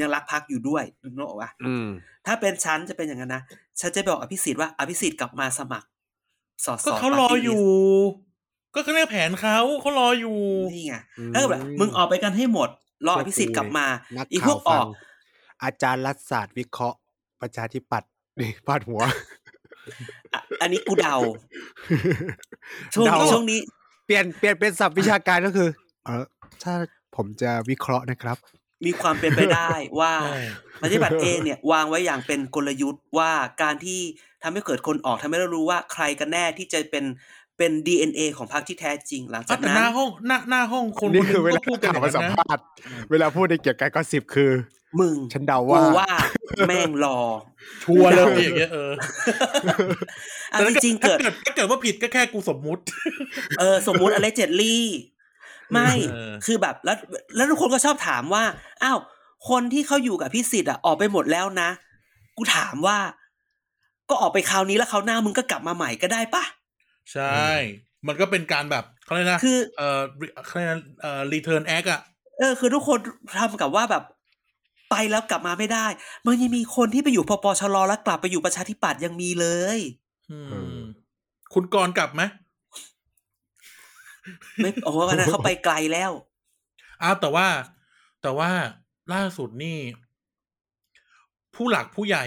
Speaker 4: ยังรักพักอยู่ด้วยนึกออกปะ
Speaker 3: อืม
Speaker 4: ถ้าเป็นฉันจะเป็นอย่างนั้นนะ ฉันจะบอกอภิสิทธิ์ว่าอภิสิทธิ์กลับมาสมัคร สอส
Speaker 2: ก็เขารออยู่ ก็เขาเรียกแผนเขาเขารออยู่
Speaker 4: นี่ไงถ้าแบบมึงออกไปกันให้หมด รออภิสิทธิ์กลับมา
Speaker 3: นัก
Speaker 4: อีพ
Speaker 3: ข่าว ว
Speaker 4: กอ
Speaker 3: ฟั
Speaker 4: อง ก
Speaker 3: อาจารย์รัฐศาสตร์วิเคราะห์ประชาธิปัตย์ (laughs) นี่พาดหัว
Speaker 4: อ่ะอันนี้กูเดา ช่วง
Speaker 3: เดา
Speaker 4: ช่วงนี้
Speaker 3: เปลี่ยนเปลี่ยนเป็นศัพท์วิชาการก็คือ เออถ้าผมจะวิเคราะห์นะครับ
Speaker 4: มีความเป็นไปได้ว่า
Speaker 2: ใช่
Speaker 4: ปฏิบัติเองเนี่ย วางไว้อย่างเป็นกลยุทธ์ว่าการที่ทำให้เกิดคนออกทำให้เรารู้ว่าใครกันแน่ที่จะเป็นเป็น DNA ของพรรคที่แท้จริง หลังจา
Speaker 2: อ่ะ
Speaker 4: ก
Speaker 2: แต่
Speaker 4: นั้
Speaker 2: ห
Speaker 4: น
Speaker 2: น้าห้องหน้าหน้าห้องคนค
Speaker 3: นี่
Speaker 2: นห
Speaker 3: คื
Speaker 2: นึ
Speaker 3: องเวลา
Speaker 2: ก็พูดกันอ
Speaker 3: ข่าว
Speaker 2: ย่าง
Speaker 3: มาสั
Speaker 2: นั้น
Speaker 3: ม
Speaker 2: นะ
Speaker 3: ภาษณ์เวลาพูดในเกี่ยวกับก็สิบคือ
Speaker 4: มึง
Speaker 3: ฉันเดา
Speaker 4: กู
Speaker 3: ว่า
Speaker 4: ว่าแม่งรอ
Speaker 2: ชัวร์เลยอย่างเงี้ยเออ
Speaker 4: อ่ะ
Speaker 2: แต่
Speaker 4: จ
Speaker 2: ถ้า
Speaker 4: ริงๆ
Speaker 2: เกิ
Speaker 4: เกิ
Speaker 2: ด
Speaker 4: ด
Speaker 2: ถ้าเกิดถ้าเกิดว่าผิดก็แค่กูสมมุติ
Speaker 4: เออสมมุติอเล็กเจดลี่ ไม่
Speaker 2: เออ
Speaker 4: คือแบบแล้วแล้วทุกคนก็ชอบถามว่าอ้าวคนที่เขาอยู่กับพี่สิทธิ์อ่ะออกไปหมดแล้วนะ กูถามว่า ก็ออกไปคราวนี้แล้วคราวหน้ามึงก็กลับมาใหม่ก็ได้ปะ
Speaker 2: ใช่ มันก็เป็นการแบบเขาเรียกนะ
Speaker 4: คือ
Speaker 2: เอ่อ re- เขาเรียกนะเอ่อ return act อ่ะ
Speaker 4: เออ คือทุกคนทำกับว่าแบบ ไปแล้วกลับมาไม่ได้ มันยังมีคนที่ไปอยู่ปปชรแล้วกลับไปอยู่ประชาธิปัตย์ยังมีเลย
Speaker 2: อืม
Speaker 3: เออ
Speaker 2: คุณกรณ์กลับไหม
Speaker 4: ไม่โอ้โหอันนั้นเขาไปไกลแล้ว
Speaker 2: อ้าวแต่ว่า แต่ว่าล่าสุดนี่ ผู้หลักผู้ใหญ่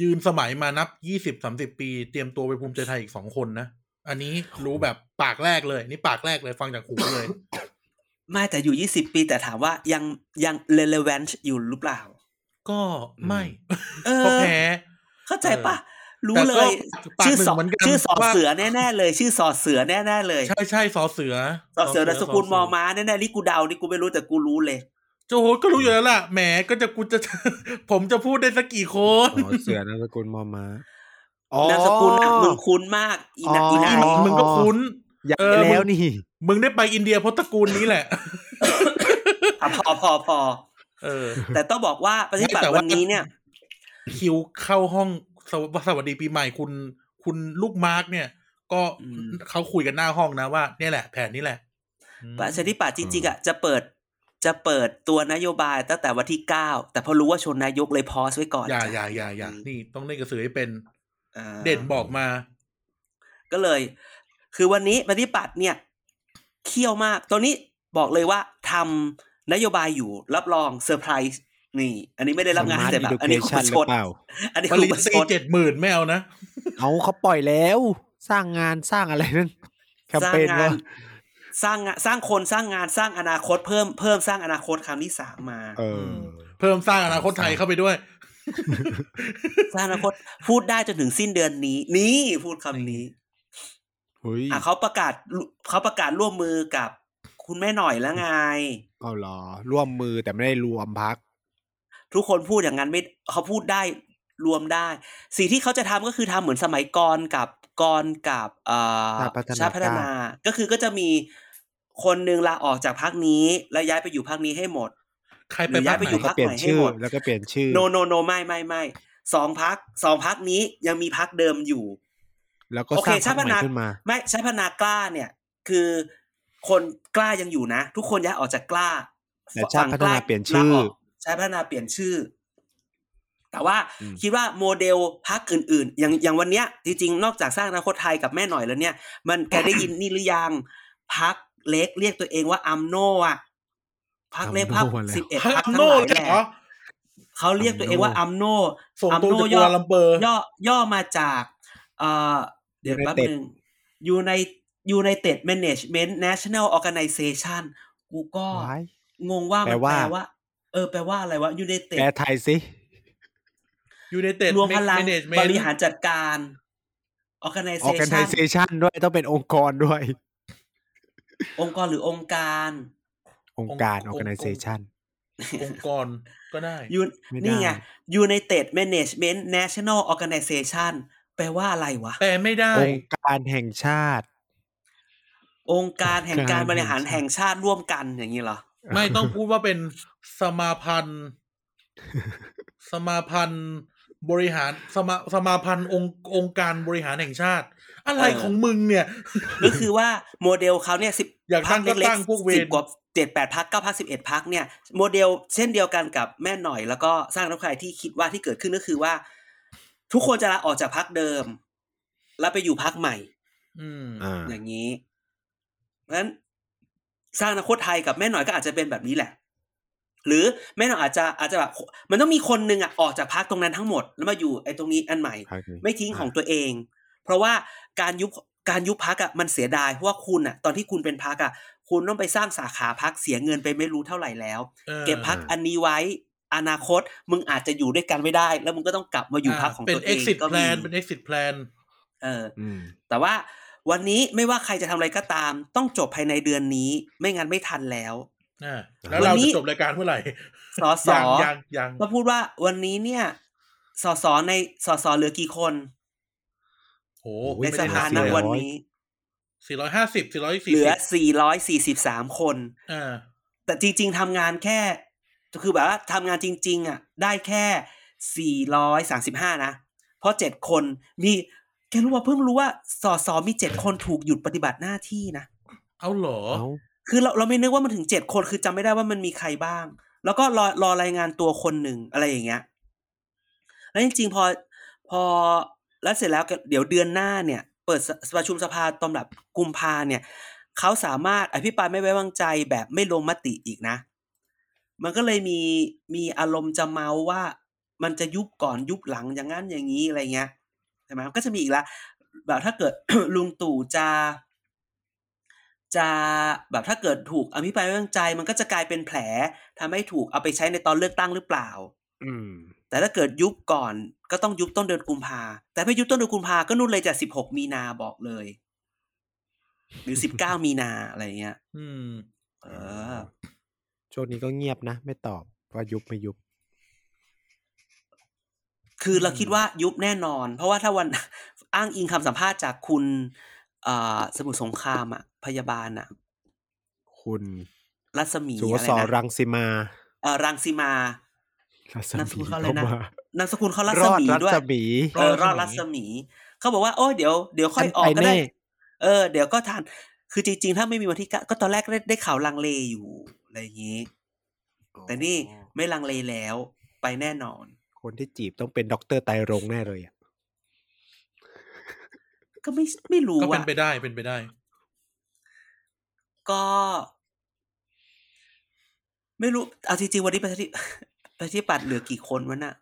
Speaker 2: ยืนสมัยมานับยี่สิบสามสิบปี เตรียมตัวไปภูมิใจไทยอีกสองคนนะ อันนี้รู้แบบปากแรกเลย นี่ปากแรกเลยฟังจากหูเลย (coughs)
Speaker 4: ไม่แต่อยู่ยี่สิบปีแต่ถามว่ายังยัง relevant อยู่หรือเปล่า
Speaker 2: ก็ไม่
Speaker 4: เอ
Speaker 2: เพราะ
Speaker 4: อ
Speaker 2: แพ้
Speaker 4: เข้าใจปะรู้
Speaker 2: แต่
Speaker 4: เล
Speaker 2: ก็
Speaker 4: ย
Speaker 2: ปาก
Speaker 4: ชื่อ
Speaker 2: หนึ่ง
Speaker 4: สอ
Speaker 2: เหมือนกัน
Speaker 4: ชื่อสอ
Speaker 2: ว่า
Speaker 4: เสือแน่ๆเลย ชื่อสอเสือแน่ๆเลย
Speaker 2: ใช่ใช่สอเสือ
Speaker 4: สอเสือนามสกุลมอ
Speaker 2: มา
Speaker 4: ม้าแน่ๆนี่กูเดานี่กูไม่รู้แต่กูรู้เลย
Speaker 2: โจโหก็รู้อยู่แล้วล่ะแหมก็จะกูจะ (laughs) ผมจะพูดได้สักกี่คน
Speaker 3: อ๋อเสือนามสกุลมอมา
Speaker 4: นามสกุลน่ะมึงคุ้นมาก อีนัก
Speaker 3: อ๋ออี
Speaker 4: อีนัก
Speaker 3: อ
Speaker 2: มึงก็คุ้น
Speaker 3: อยาก
Speaker 2: เออ
Speaker 3: แล้วนี่
Speaker 2: มึงได้ไปอินเดียเพราะตระกูลนี้แหละ (laughs)
Speaker 4: อ่ะพอพอพอ
Speaker 2: เออ
Speaker 4: แต่ต้องบอกว่าปฏิบัติ
Speaker 2: แต่ว่า
Speaker 4: วันนี้เนี่ย
Speaker 2: คิวเข้าห้องสวสวัสดีปีใหม่คุณ คุณลูกมาร์กเนี่ย ก็
Speaker 4: อืม
Speaker 2: เขาคุยกันหน้าห้องนะว่าเนี่ยแหละ แผนนี้แหละอืม
Speaker 4: ประชาธิปัตย์จริงๆอ่ะจะเปิดจะเปิดตัวนโยบายตั้งแต่วันที่เก้าแต่พอรู้ว่าชนนายกเลยพอสไว้ก่อน
Speaker 2: อย่าอย่าอย่าอย่านี่ต้องเล่นกระสือให้เป็น
Speaker 4: อ่า
Speaker 2: เด่นบอกมา
Speaker 4: ก็เลย คือวันนี้ปฏิปัติเนี่ยเขี้ยวมาก ตอนนี้บอกเลยว่าทำนโยบายอยู่รับรองเซอร์ไพรส์นี่ อันนี้ไม่ได้รับงาน
Speaker 3: Smart
Speaker 4: แต่แบบ อันนี้คุณ
Speaker 3: Education ห
Speaker 4: ช
Speaker 3: รือ
Speaker 4: น
Speaker 3: เปล่า
Speaker 4: อันนี้
Speaker 2: ป
Speaker 4: คุ
Speaker 2: ริญ
Speaker 4: ณ
Speaker 2: ญา
Speaker 4: ช
Speaker 2: ตรี
Speaker 4: น
Speaker 2: เจ็ดหมื่นไม่เอานะ
Speaker 3: เอาเขาปล่อยแล้ว สร้างงานสร้างอะไรนั่นแคม
Speaker 4: สร้า
Speaker 3: เป
Speaker 4: ง
Speaker 3: ญ
Speaker 4: งา
Speaker 3: ว่าน
Speaker 4: สร้างงานสร้างคนสร้างงานสร้างอนาคตเพิ่มเพิ่มสร้างอนาคตคำที่สามมา
Speaker 3: เออ
Speaker 2: เพิ่มสร้างอนาคตไทยเข้าไปด้วย
Speaker 4: สร้างอนาคตพูดได้จนถึงสิ้นเดือนนี้ นี่พูดคำนี้
Speaker 3: หุย
Speaker 4: อ่ะเขาประกาศเขาประกาศร่วมมือกับคุณแม่หน่อยแล้วไง
Speaker 3: เอาเหรอ ร่วมมือแต่ไม่ได้รวมพัก
Speaker 4: ทุกคนพูดอย่างนั้นไม่เขาพูดได้รวมได้ สิ่งที่เขาจะทำก็คือทำเหมือนสมัยก่อนกับก่อนกับเอ่อ
Speaker 3: ชาติพัฒนา
Speaker 4: ชาติพัฒนา ก็คือก็จะมีคนหนึ่งลาออกจากพักนี้ แล้วย้ายไปอยู่พักนี้ให้หมด
Speaker 2: ใครไป
Speaker 4: หรือ
Speaker 2: บ้า
Speaker 4: ย้าน ย
Speaker 2: ไห
Speaker 4: ไป
Speaker 2: น
Speaker 4: อยู่
Speaker 3: แล้วก็
Speaker 4: พรรค
Speaker 3: เปลี่ยน
Speaker 4: ใหม่ให้
Speaker 3: ชื่อ
Speaker 4: หมด
Speaker 3: แล้วก็เปลี่ยนชื่อ
Speaker 4: โนโนโนไม่ไม่ไม่สองพักสองพักนี้ยังมีพักเดิมอยู่
Speaker 3: แล้วก็
Speaker 4: โอ
Speaker 3: ส
Speaker 4: เค
Speaker 3: ร้างพร
Speaker 4: ชาร
Speaker 3: ค
Speaker 4: ติ
Speaker 3: ใหม่
Speaker 4: พัฒนา
Speaker 3: ขึ้นมา
Speaker 4: ไม่ชาติพัฒนากล้าเนี่ย คือคนกล้ายังอยู่นะ ทุกคนย้ายออกจากกล้า
Speaker 3: แต่ชาติพัฒนาเปลี่ยนชื่อ
Speaker 4: ลาอกชาติพัฒนาเปลี่ยนชื่อ แต่ว่า
Speaker 3: อืม
Speaker 4: คิดว่าโมเดลพักอื่นๆ อย่างอย่างวันเนี้ย จริงๆ นอกจากสร้างอนาคตไทยกับแม่หน่อยแล้วเนี่ย มันแกได้ยินนี่หรือยังพักเล็กเรียกตัวเองว่าอัมโนอะพักเล็กพัก
Speaker 3: อัมโน่อะไร
Speaker 4: สิบเอ็ด
Speaker 2: ฮั
Speaker 4: พั
Speaker 2: ม
Speaker 4: กทั้ง
Speaker 2: โน่
Speaker 4: หลาย
Speaker 2: เลย
Speaker 4: แหละ
Speaker 2: เหรอ
Speaker 4: เขาเรียกตัวเองว่าอัมโน
Speaker 2: ส่งตัวจากกัวลัมเปอร์
Speaker 4: ย่อย่อมาจากเอ่อเดี๋ยว
Speaker 3: United
Speaker 4: แป๊บหนึ่งอยู่ในอยู่ในเต็ดแมネจเมนต์ national organization กูก็
Speaker 3: ว้าย
Speaker 4: งงว่ามัน
Speaker 3: แปลว่า
Speaker 4: แปลว่า เออแปลว่าอะไรวะ United
Speaker 3: แปลไทยสิ
Speaker 2: ยูเนเต็ด
Speaker 4: รวมพลัง
Speaker 2: เมเนจเม
Speaker 4: บ
Speaker 2: น
Speaker 4: ริหารจัดการ
Speaker 3: ออ a n i z
Speaker 4: organization
Speaker 3: a t i o n ด้วยต้องเป็นองค์กรด้วย
Speaker 4: องค์กรหรือองค์การ
Speaker 3: องค์การ organization
Speaker 2: องค์กรก็ได้
Speaker 4: ยู
Speaker 3: ไม่ได้
Speaker 4: นี่ไง United Management National Organization แปลว่าอะไรวะ
Speaker 2: แปลไม่ได้
Speaker 3: องค์การแห่งชาติ
Speaker 4: องค์การแห่งการ
Speaker 3: การ
Speaker 4: บริหารแห่งชาติร่วมกันอย่างนี้เหรอ
Speaker 2: ไม่ต้องพูดว่าเป็นสมาพันธ์ สมาพันธ์ บริหารสมาสมาพันธ์องค์องค์การบริหารแห่งชาติ อะไร
Speaker 4: เออ
Speaker 2: ของมึงเนี่ย
Speaker 4: ก็คือว่าโมเดลเขาเนี่ยสิบ
Speaker 2: อยากตั้งก็ตั้งพวกเวร
Speaker 4: สิบกว่าเจ็ดแปดพักเก้าพักสิบเอ็ดพักเนี่ย โมเดลเช่นเดียวกันกับแม่หน่อย แล้วก็สร้างรัฐบาลที่คิดว่าที่เกิดขึ้นก็คือว่า ทุกคนจะลาออกจากพักเดิม แล้วไปอยู่พักใหม่
Speaker 2: อืม
Speaker 3: อ่า
Speaker 4: อย่างนี้เพราะฉะนั้นสร้างอนาคตไทยกับแม่หน่อยก็อาจจะเป็นแบบนี้แหละ หรือแม่หน่อยอาจจะอาจจะแบบมันต้องมีคนหนึ่งอ่ะออกจากพักตรงนั้นทั้งหมด แล้วมาอยู่ไอ้ตรงนี้อันใหม่
Speaker 3: พักนี้
Speaker 4: ไม่ทิ้งของตัวเอง เพราะว่าการยุบการยุบพักอ่ะมันเสียดายเพราะว่าคุณอ่ะ ตอนที่คุณเป็นพักอ่ะ คุณต้องไปสร้างสาขาพักเสียเงินไปไม่รู้เท่าไหร่แล้ว
Speaker 2: ออ
Speaker 4: เก็บพักอันนี้ไว้ อนาคตมึงอาจจะอยู่ด้วยกันไม่ได้ แล้วมึงก็ต้องกลับมาอยู่พักของ
Speaker 2: เป็น
Speaker 4: ตัวเอง
Speaker 2: exit
Speaker 4: ก็มี
Speaker 2: plan เป็น exit plan
Speaker 4: เออ
Speaker 3: อืม
Speaker 4: แต่ว่าวันนี้ไม่ว่าใครจะทำอะไรก็ตาม ต้องจบภายในเดือนนี้ ไม่งั้นไม่ทันแล้ว
Speaker 2: อ่าแล้วเรา
Speaker 4: วันนี้
Speaker 2: จะจบรายการเมื่อไหร่
Speaker 4: สอสอ
Speaker 2: ยังยังยัง
Speaker 4: มาพูดว่าวันนี้เนี่ยสอสอในสอสอเหลือกี่คน
Speaker 2: โอ้
Speaker 3: โอ้ย
Speaker 4: ใน
Speaker 2: ไม่
Speaker 4: ส
Speaker 2: ได้
Speaker 4: ภา
Speaker 2: นับ
Speaker 4: ณ
Speaker 2: เลย
Speaker 4: วันนี้
Speaker 2: สี่ร้อยห้าสิบสี่ร้อย
Speaker 4: เห
Speaker 2: สี่
Speaker 4: ลือ
Speaker 2: สิบ
Speaker 4: 443 คน
Speaker 2: อ่า
Speaker 4: แต่จริง ๆทำงานแค่คือแบบว่าทำงานจริง ๆ อ่ะ ได้แค่ 435 นะ เพราะ 7 คนมีแกรู้ว่าเพิ่งรู้ว่าสอสอมี 7 คนถูกหยุดปฏิบัติหน้าที่นะ
Speaker 2: เอาเหรอ
Speaker 3: เอ้า
Speaker 4: คือเราเราไม่นึกว่ามันถึงเจ็ดคนคือจำไม่ได้ว่ามันมีใครบ้าง แล้วก็รอรอรายงานตัวคนหนึ่งอะไรอย่างเงี้ยแล้วจริงๆพอพอแล้วเสร็จแล้วก็เดี๋ยวเดือนหน้าเนี่ย เปิดสประชุมสภาตอนแบบกุมภาเนี่ยเขาสามารถอภิปรายไม่ไว้วางใจแบบไม่ลงมติอีกนะ มันก็เลยมีมีอารมณ์จะเมาว่า มันจะยุบก่อนยุบหลังอย่างนั้นอย่างนี้อะไรเงี้ยใช่ไหมมันก็จะมีอีกละแบบถ้าเกิด (coughs) ลุงตู่จะ จะแบบถ้าเกิดถูกอภิปรายไม่ไว้วางใจ มันก็จะกลายเป็นแผลทำให้ถูกเอาไปใช้ในตอนเลือกตั้งหรือเปล่า
Speaker 3: อืม
Speaker 4: แต่ถ้าเกิดยุบก่อนก็ต้องยุบต้นเดือนกุมภาแต่ไม่ยุบต้นเดือนกุมภาก็นู่นเลยจากสิบหกมีนาบอกเลย หรือสิบเก้ามีนาอะไรเงี้ย
Speaker 2: อืม
Speaker 4: เออ
Speaker 3: ช่วงนี้ก็เงียบนะ ไม่ตอบว่ายุบไม่ยุบ
Speaker 4: คือเราคิดว่ายุบแน่นอน เพราะว่าถ้าวัน (laughs) อ้างอิงคำสัมภาษณ์จากคุณเอ่อสมุทรสงครามอะพยาบาลอะ
Speaker 3: คุณ
Speaker 4: รัศมี
Speaker 3: สุว
Speaker 4: อะไร
Speaker 3: ส
Speaker 4: นะ
Speaker 3: รังสิมา
Speaker 4: เอ่อรังสีมา
Speaker 3: รัศ
Speaker 4: นามสกุ
Speaker 3: มี
Speaker 4: ลเขาอะไร
Speaker 3: เข้า
Speaker 4: นะ
Speaker 3: มาน
Speaker 4: ามสกุลเขารั
Speaker 3: ร
Speaker 4: ศ
Speaker 3: อด
Speaker 4: มี
Speaker 3: รั
Speaker 4: ด้วย
Speaker 3: ศมี
Speaker 4: เออรอดรัศมี เขาบอกว่าโอ้ยเดี๋ยวเดี๋ยวค่อยออก
Speaker 3: ฉัน
Speaker 4: ก็
Speaker 3: ป
Speaker 4: ได้
Speaker 3: แน่
Speaker 4: เออ เดี๋ยวก็ทัน คือจริงๆ ถ้าไม่มีวันที่เก้าก็ตอนแรกได้ได้ข่าวลังเลอยู่อะไรอย่างนี้ แต่นี่ไม่ลังเลแล้วไปแน่นอน
Speaker 3: คนที่จีบต้องเป็นด็อกเตอร์ไตรรงค์แน่เลยอ่ะ
Speaker 4: ก็ไม่ไม่รู้
Speaker 2: ก็เป็
Speaker 4: ว่าน
Speaker 2: ไปได้เป็นไปได้
Speaker 4: ก็ ไม่รู้เอาจริงๆวันนี้ประชาธิ ประชาธิปัตย์เหลือกี่คนวะน่ะ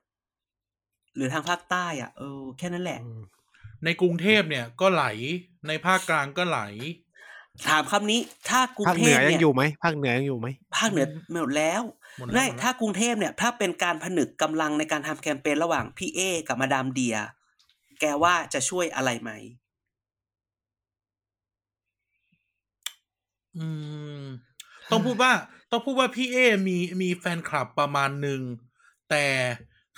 Speaker 4: เหลือทางภาคใต้อ่ะเออแค่นั้นแหละ
Speaker 3: อืม
Speaker 2: ในกรุงเทพเนี่ยก็ไหลในภาคกลางก็ไหล
Speaker 4: ถามคำนี้ ถ้ากรุง
Speaker 3: ภาค
Speaker 4: เท
Speaker 3: เหนื
Speaker 4: พ
Speaker 3: อยั
Speaker 4: เนี่
Speaker 3: ง
Speaker 4: ย
Speaker 3: อยู่ไหมภาคเหนือยังอยู่ไหม
Speaker 4: ภาคเหนือหมดแล้ว
Speaker 2: หมดแล้ว
Speaker 4: ไม่
Speaker 2: หมดแล้ว
Speaker 4: ถ้ากรุงเทพเนี่ย ถ้าเป็นการผนึกกำลังในการทำแคมเปญระหว่างพี่เอกับมาดามเดีย แกว่าจะช่วยอะไรไหม
Speaker 2: อืม ต้องพูดว่า ต้องพูดว่าพี่เอมีมีแฟนคลับประมาณหนึ่ง แต่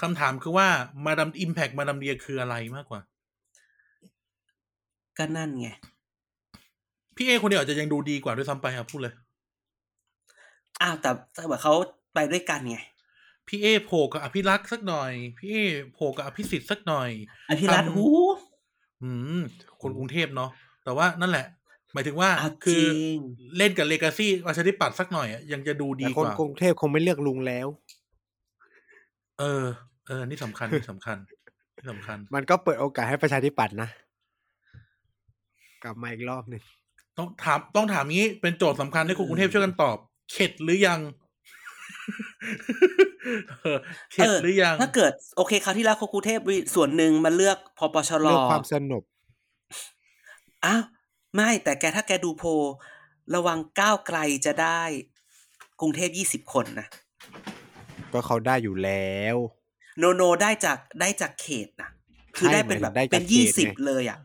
Speaker 2: คำถามคือว่ามาดามอิมแพกมาดามเดียคืออะไรมากกว่า
Speaker 4: ก็นั่นไง
Speaker 2: พี่เอคนเดียวอาจจะยังดูดีกว่าด้วยซ้ำไปอ่ะพูดเลย
Speaker 4: อ้าวแต่แต่ว่าเขาไปด้วยกันไง
Speaker 2: พี่เอโผล่กับอภิรักษ์สักหน่อย พี่เอโผล่กับอภิสิทธิ์สักหน่อย
Speaker 4: อภิรัตน์
Speaker 2: ทำ
Speaker 4: หู
Speaker 2: อืม คนกรุงเทพเนาะแต่ว่านั่นแหละ หมายถึงว่า
Speaker 4: เอาจ
Speaker 2: คื
Speaker 4: ริ
Speaker 2: อง เล่นกับเลกาซี่ประชาธิปัตย์สักหน่อยอะยังจะดู
Speaker 3: แต่
Speaker 2: ดี
Speaker 3: ค
Speaker 2: ก
Speaker 3: น
Speaker 2: ว่า
Speaker 3: กรุงเทพคงไม่เลือกลุงแล้ว
Speaker 2: เออ เออ นี่สำคัญ นี่สำคัญ นี่สำคัญ
Speaker 3: มันก็เปิดโอกาสให้ประชาธิปัตย์นะ กลับมาอีกรอบหนึ่ง
Speaker 2: ต้องถาม ต้องถามงี้ เป็นโจทย์สำคัญให้คนกรุงเทพช่วยกันตอบ เข็ดหรือยัง (laughs) เออเข็ดหรือยัง
Speaker 4: ถ้าเกิด โอเคคราวที่แล้วคนกรุงเทพส่วนหนึ่งมาเลือกพปชร
Speaker 3: เรื่องความสนุก
Speaker 4: อ้าวไม่แต่แกถ้าแกดูโพลระวังก้าวไกลจะได้ กรุงเทพยี่สิบคนนะ
Speaker 3: ก็เขาได้อยู่แล้ว
Speaker 4: โนโนได้จากได้จากเขตนะคือได้เป็นแบบ
Speaker 3: ใช่หมายถึงได้จาก
Speaker 4: เป็น
Speaker 3: เขต
Speaker 4: ยี่สิบ
Speaker 3: ไง
Speaker 4: เลยอ่ะ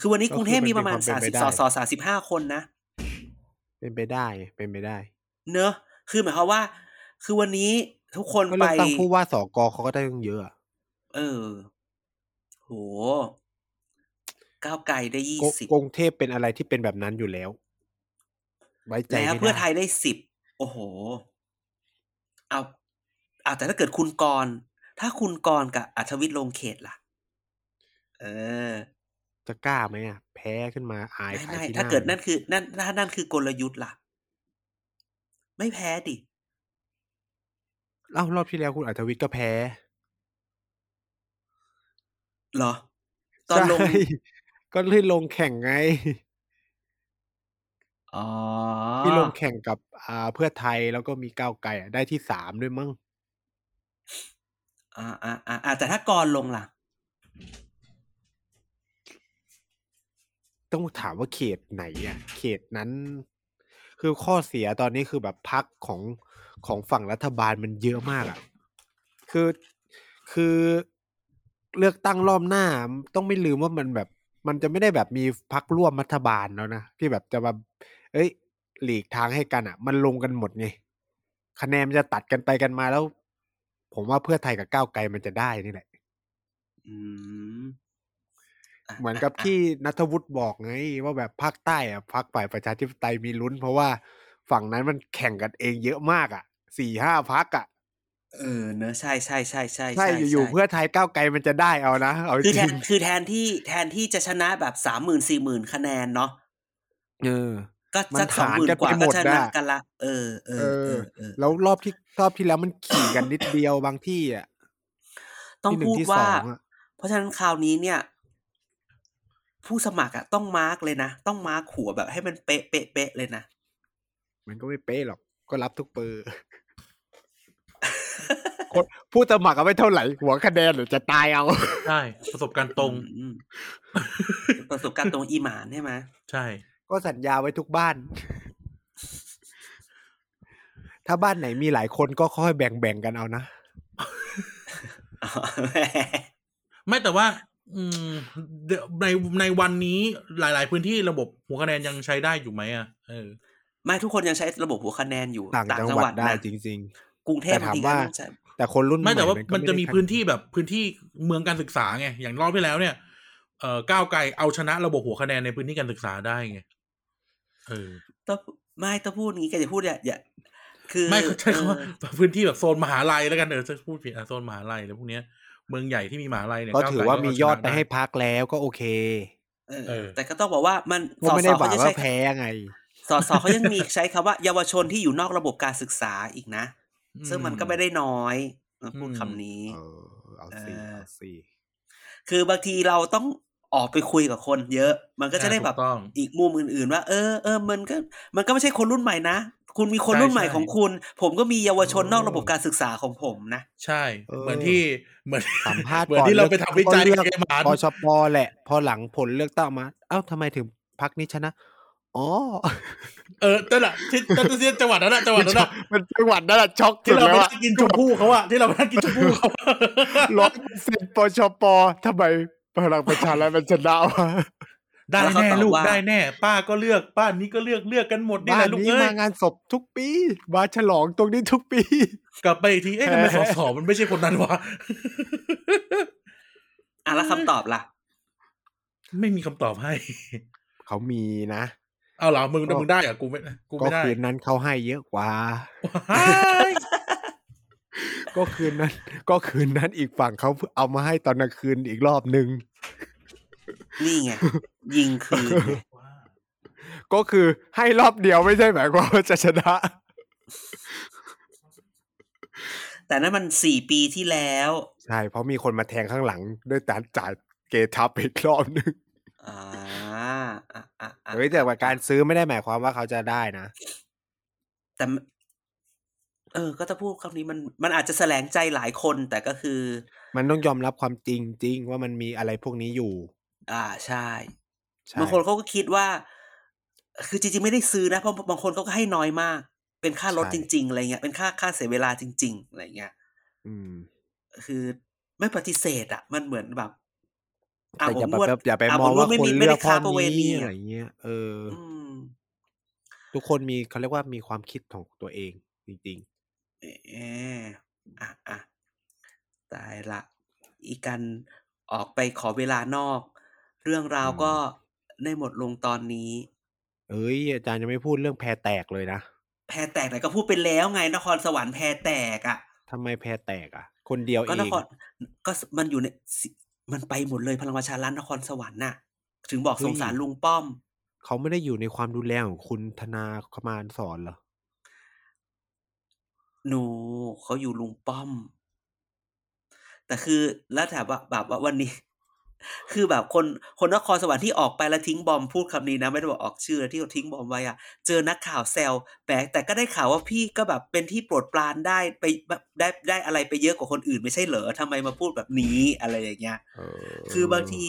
Speaker 4: คือวันนี้กรุงเทพมีประมาณ
Speaker 3: ก็คือ
Speaker 4: สาม
Speaker 3: เป็
Speaker 4: สิ
Speaker 3: น
Speaker 4: บ
Speaker 3: ความเป็น
Speaker 4: ส
Speaker 3: ไปได้
Speaker 4: อสสามสิบห้าคนนะ
Speaker 3: เป็นไปได้ เป็นไปได้
Speaker 4: เนอะคือหมายความว่า คือวันนี้ทุกคน
Speaker 3: ก็
Speaker 4: ไป
Speaker 3: เลือกตั้งผู้ว่าสอกอเขาก็ได้ตั้งเยอะอะ
Speaker 4: เออ โห ก้าวไกลได้ยี่
Speaker 3: กรุ
Speaker 4: สิบ
Speaker 3: กรุงเทพเป็นอะไรที่เป็นแบบนั้นอยู่แล้ว ไว้ใจ
Speaker 4: แล้ว
Speaker 3: ม่ด้
Speaker 4: เพื่อไทยได้สิบ โอ้โห เอาเอาแต่ถ้าเกิดคุณกรณ์ถ้าคุณกรณ์กับอัธวิทย์ลงเขตล่ะ เออ
Speaker 3: จะกล้าไหมอ่ะ แพ้ขึ้นมาอายขา
Speaker 4: ไม่
Speaker 3: ย
Speaker 4: ไม่
Speaker 3: ที่หน้
Speaker 4: ถ้าเกิดนั่นคือ นั่นถ้านั่นคือกลยุทธ์ล่ะ ไม่แพ้ดิ
Speaker 3: เอ้ารอบที่แล้วคุณอัธวิทย์ก็แพ้
Speaker 4: เหรอ ตอนลง
Speaker 3: ใช่ (laughs) ก็ที่ลงแข่งไง
Speaker 4: อ๋อ
Speaker 3: ที่ลงแข่งกับอ่าเพื่อไทยแล้วก็มีก้าวไกลอะได้ที่สามด้วยมั้ง
Speaker 4: อ่าอ่าอ่าอ่าแต่ถ้ากรณ์ลงล่ะ
Speaker 3: ต้องถามว่าเขตไหนอ่ะ เขตนั้น คือข้อเสียตอนนี้คือแบบพักของของฝั่งรัฐบาลมันเยอะมากอ่ะ คือคือเลือกตั้งรอบหน้าต้องไม่ลืมว่ามันแบบ มันจะไม่ได้แบบมีพักร่วมรัฐบาลแล้วนะ ที่แบบจะมาเอ้ย หลีกทางให้กันอ่ะ มันลงกันหมดไงคะแนนมันจะตัดกันไปกันมาแล้ว ผมว่าเพื่อไทยกับก้าวไกลมันจะได้นี่แหละ
Speaker 4: อืมะ
Speaker 3: เหมือนกับ
Speaker 4: ะะ
Speaker 3: ที่นัทวุฒิบอกไงว่าแบบภาคใต้อะพักฝ่ายประชาธิปไตยมีลุ้น เพราะว่าฝั่งนั้นมันแข่งกันเองเยอะมากอ่ะสี่ห้าพักอ่ะ
Speaker 4: เออเนอะใช่ใช่ใช่ใช่
Speaker 3: ใช่อยู่ๆเพื่อไทยก้าวไกลมันจะได้เอานะเอาจ
Speaker 4: คือแท
Speaker 3: ริง
Speaker 4: นคือแทนที่แทนที่จะชนะแบบสามหมื่นสี่หมื่นคะแนนเนาะ
Speaker 3: เออ
Speaker 4: ก็
Speaker 3: มัน
Speaker 4: สักสอง
Speaker 3: หาร
Speaker 4: หมื่น
Speaker 3: กัน
Speaker 4: กว่า
Speaker 3: ไปหม
Speaker 4: ก็
Speaker 3: ด
Speaker 4: ชนะ
Speaker 3: อะ
Speaker 4: กันละเออเอ
Speaker 3: เอ
Speaker 4: อเอ
Speaker 3: อ
Speaker 4: อเออ
Speaker 3: แล้วรอบที่รอบที่แล้วมันขี่กันนิดเดียวบางที่อ่ะ
Speaker 4: ต้อง
Speaker 3: ที่หนึ่
Speaker 4: พูด
Speaker 3: ที่
Speaker 4: ว่า
Speaker 3: สองอะ
Speaker 4: เพราะฉะนั้นคราวนี้เนี่ย ผู้สมัครอะต้องมาร์กเลยนะ ต้องมาร์กหัวแบบให้มันเป๊ะเป๊ะเป๊ะเลยนะ
Speaker 3: มันก็ไม่เป๊ะหรอกก็รับทุกเปอร์ (laughs) คนผู้สมัครเอาไม่เท่าไหร่หัวคะแนนหรือจะตายเอา
Speaker 2: ใช่ประสบการณ์ต
Speaker 4: (laughs)
Speaker 2: รง
Speaker 4: อืมอืมประสบการณ์ตรงอีหมานใช่ไหม (laughs)
Speaker 2: ใช่
Speaker 3: ก็สัญญาไว้ทุกบ้าน (laughs) ถ้าบ้านไหนมีหลายคนก็ค่อยแบ่งๆกันเอานะ
Speaker 4: อ๋อ
Speaker 2: ไม่แต่ว่า อืมเดี๋ยวในในวันนี้หลาย ๆ พื้นที่ระบบหัวคะแนนยังใช้ได้อยู่ไหมอ่ะเออ
Speaker 4: ไม่ทุกคนยังใช้ระบบหัวคะแนนอยู่
Speaker 3: ต่างจังหวัดได้
Speaker 4: นะ
Speaker 3: จริง
Speaker 4: กรุงเทพ
Speaker 3: แต่ถาม
Speaker 4: บงทีก็
Speaker 3: ว่า
Speaker 4: ต้องใช้
Speaker 3: ๆ แต่คนรุ่น
Speaker 2: ไม่แต่ว่า
Speaker 3: ใหก็
Speaker 2: มันจะ
Speaker 3: ไได้
Speaker 2: มี
Speaker 3: ขด
Speaker 2: พื้นที่แบบพื้นที่เมืองการศึกษาไงอย่างรอบที่แล้วเนี่ยเอ่อก้าวไกลเอาชนะระบบหัวคะแนนในพื้นที่การศึกษาได้ไงเออ
Speaker 4: ต้องไม่ต้องพูดอย่างนี้แกจะพูดอย่าอย่าคือ
Speaker 2: ไม่ (laughs) ใช่คำว่า
Speaker 4: เออ
Speaker 2: พื้นที่แบบโซนมหาลัยแล้วกันเออจะพูดผิดอ่ะโซนมหาลัยแล้วพวกเนี้ยเมืองใหญ่ที่มีมหาลัยเนี่ย
Speaker 3: ก็
Speaker 2: ก้
Speaker 3: ถื
Speaker 2: ไก
Speaker 3: อ
Speaker 2: ล
Speaker 3: ว่ามียอด
Speaker 2: เชนะ
Speaker 3: ไปให้พักแล้วก็โอเค
Speaker 4: เออ
Speaker 2: เออ
Speaker 4: แต่ก็ต้องบอกว่ามัน
Speaker 3: ก็ไม่ได้หวัง
Speaker 4: จะ
Speaker 3: ว่า
Speaker 4: ใช้
Speaker 3: แพ้ไง
Speaker 4: สอสอเขายังมีใช้คำว่าเยาวชนที่อยู่นอกระบบการศึกษาอีกนะ ซึ่งมันก็ไม่ได้น้อยนะพูดคำนี้
Speaker 3: เออ เอาสิ
Speaker 4: เออ
Speaker 3: เอาสิ
Speaker 4: คือบางทีเราต้องออกไปคุยกับคนเยอะ มันก็จะได้แบบ
Speaker 2: ถูกต้อง
Speaker 4: อีกมุมอื่นๆ ว่า เออเออมันก็มันก็ไม่ใช่คนรุ่นใหม่นะ คุณมีคนรุ่นใหม่
Speaker 2: ใช่
Speaker 4: ของคุณ ผมก็มีเยาวชนนอกระบบการศึกษาของผมนะ
Speaker 2: ใช่ เหมือนที่เหมือน
Speaker 3: สัมภาษณ์
Speaker 2: เหมือนที่เราไปทำวิจัย
Speaker 3: เลื
Speaker 2: กั
Speaker 3: อบ ก
Speaker 2: ไอ้หมาน
Speaker 3: ปชปแหละ พอหลังผลเลือกตั้งมา เอ้าทำไมถึงพักนี้ชนะ อ๋อ
Speaker 2: เออนั่นแหละที่นั่นที่จังหวัดนั้นน่ะจังหวัดนั้นน่ะ
Speaker 3: (laughs) มันจังหวัดนั่นแหละช็อก
Speaker 2: ที่
Speaker 3: สุด
Speaker 2: เรา
Speaker 3: แล้
Speaker 2: ไป
Speaker 3: ว
Speaker 2: นั่
Speaker 3: อะ
Speaker 2: งกินชมพู่เขาอะที่เราไปนั่งกินชมพู่เขาอะ
Speaker 3: ร้อยเปอร์เซ็นต์ปชปทำไมพลังประชารัฐมันชนะวะ
Speaker 2: ได้
Speaker 4: แล้วเขา
Speaker 2: แน่
Speaker 4: ตอบ
Speaker 2: ลูก
Speaker 4: ว่า
Speaker 2: ได้แน่ ป้าก็เลือกป้านนี้ก็เลือกเลือกกันหมดนี่
Speaker 3: บ้า
Speaker 2: แหละ
Speaker 3: น
Speaker 2: ลูก
Speaker 3: นี้
Speaker 2: เอ้ย
Speaker 3: มางานศพทุกปี มาฉลองตรงนี้ทุกปี
Speaker 2: กลับไปอีกที เอ๊ะทำไมสอสอมันไม่ใช่คนนั้นวะ (laughs)
Speaker 4: อ่ะแล้วคำตอบล่ะ
Speaker 2: ไม่มีคำตอบให้
Speaker 3: เขามีนะ
Speaker 2: เอาเหรอมึง
Speaker 3: ก็
Speaker 2: มึงได้เหรอะกูไม่กู
Speaker 3: ก็
Speaker 2: ไม่ได้
Speaker 3: คืนนั้นเขาให้เยอะกว่า
Speaker 2: ว้าย
Speaker 3: ก็คืนนั้น ก็คืนนั้นอีกฝั่งเขาเอามาให้ตอนกลางคืนอีกรอบหนึ่ง
Speaker 4: นี่ไงยิงคืนไง
Speaker 3: ก็คือให้รอบเดียวไม่ใช่หมายความว่าจะชนะ
Speaker 4: แต่นั้นมันสี่ปีที่แล้ว
Speaker 3: ใช่เพราะมีคนมาแทงข้างหลัง ด้วยการจ่ายเกทับอีกรอบหนึ่ง
Speaker 4: อ่าอ่ะอ่ะอ่ะ
Speaker 3: เฮ้ยแต่ว่าการซื้อไม่ได้หมายความว่าเขาจะได้นะ
Speaker 4: แต่มเออ ก็จะพูดคำนี้มัน มันอาจจะแสลงใจหลายคน แต่ก็คือ
Speaker 3: มันต้องยอมรับความจริงจริงๆว่ามันมีอะไรพวกนี้อยู่
Speaker 4: อ่าใช่
Speaker 3: ใช่
Speaker 4: บางคนเขาก็คิดว่า คือจริงๆไม่ได้ซื้อนะเพราะบางคนเขาก็ให้น้อยมาก เป็นค่ารถจริง ๆอะไรเงี้ยเป็นค่าค่าเสียเวลาจริง ๆอะไรเงี้ย
Speaker 3: อืม
Speaker 4: คือ ไม่ปฏิเสธอ่ะ มันเหมือนแบบะ
Speaker 3: แต่อย่า
Speaker 4: ผม
Speaker 3: แบ
Speaker 4: นวด
Speaker 3: บอย่าไป
Speaker 4: ะ
Speaker 3: มอง
Speaker 4: ผ
Speaker 3: ว่า
Speaker 4: ไม่
Speaker 3: คน
Speaker 4: มีไม่
Speaker 3: เลือ
Speaker 4: ได้
Speaker 3: ก
Speaker 4: ค้า
Speaker 3: ข้
Speaker 4: ประ
Speaker 3: อ
Speaker 4: เวณี
Speaker 3: นี้อะไร
Speaker 4: อ่ะ
Speaker 3: เงี้ย เอออ
Speaker 4: อืม
Speaker 3: ทุกคนมีเขาเรียกว่ามีความคิดของตัวเองจริง
Speaker 4: เอออ่ะอ่ะตายละ อีกันออกไปขอเวลานอก เรื่องราวก็ได้หมดลงตอนนี้
Speaker 3: ๆ เอ้ยอาจารย์ยังไม่พูดเรื่องแพรแตกเลยนะ
Speaker 4: แพรแตกแต่ก็พูดไปแล้วไงนครสวรรค์แพรแตกอ่ะ
Speaker 3: ทำไมแพรแตกอ่ะ คนเดียวเอ
Speaker 4: ก็น
Speaker 3: ง
Speaker 4: ครก็มันอยู่ในสิมันไปหมดเลยพลังประชารัฐนครสวรรค์น่ะ ถึงบอก
Speaker 3: เฮ้ย
Speaker 4: สงสารลุงป้อม
Speaker 3: เขาไม่ได้อยู่ในความดูแลของคุณธนาคมานสอนเหรอ
Speaker 4: หนูเขาอยู่ลุงป้อม แต่คือแล้วถามว่าแบบว่าวันนี้ (laughs) คือแบบคนคนนครสวรรค์ที่ออกไปแล้วทิ้งบอมพูดคำนี้นะ ไม่ได้บอกออกชื่อนะที่เขาทิ้งบอมไว้อะเจอนักข่าวแซวแปลกแต่ก็ได้ข่าวว่าพี่ก็แบบเป็นที่โปรดปรานได้ไปแบบได้ได้อะไรไปเยอะกว่าคนอื่นไม่ใช่เหรอทำไมมาพูดแบบนี้อะไรอย่างเงี้ย
Speaker 3: เออ
Speaker 4: คือบางที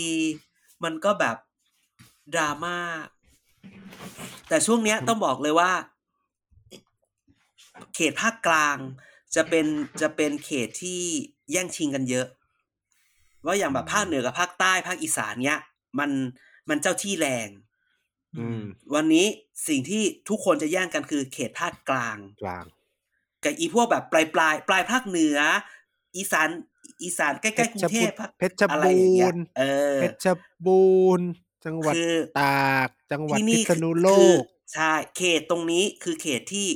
Speaker 4: มันก็แบบดราม่า แต่ช่วงเนี้ยต้องบอกเลยว่า เขตภาคกลาง จะเป็นจะเป็นเขตที่แย่งชิงกันเยอะ ว่าอย่างแบบภาคเหนือกับภาคใต้ภาคอีสานเนี้ย มันมันเจ้าที่แรง
Speaker 3: อืม
Speaker 4: วันนี้สิ่งที่ทุกคนจะแย่งกันคือ เขตภาคกลาง
Speaker 3: กลาง
Speaker 4: กับอีพวกแบบปลายปลายปลายภาคเหนือ อีสานอีสานใกล้ๆกรุงเทพภาค
Speaker 3: เพชร
Speaker 4: อะไร
Speaker 3: บู
Speaker 4: อย่างเงี้ย
Speaker 3: รณ์
Speaker 4: เออ
Speaker 3: เพชรบูรณ์จังหวัด
Speaker 4: คือ
Speaker 3: ตาก จังหวัด
Speaker 4: ที่
Speaker 3: พิ
Speaker 4: นี่
Speaker 3: ษณุโล
Speaker 4: คือก ใช่เขตตรงนี้คือเขตที่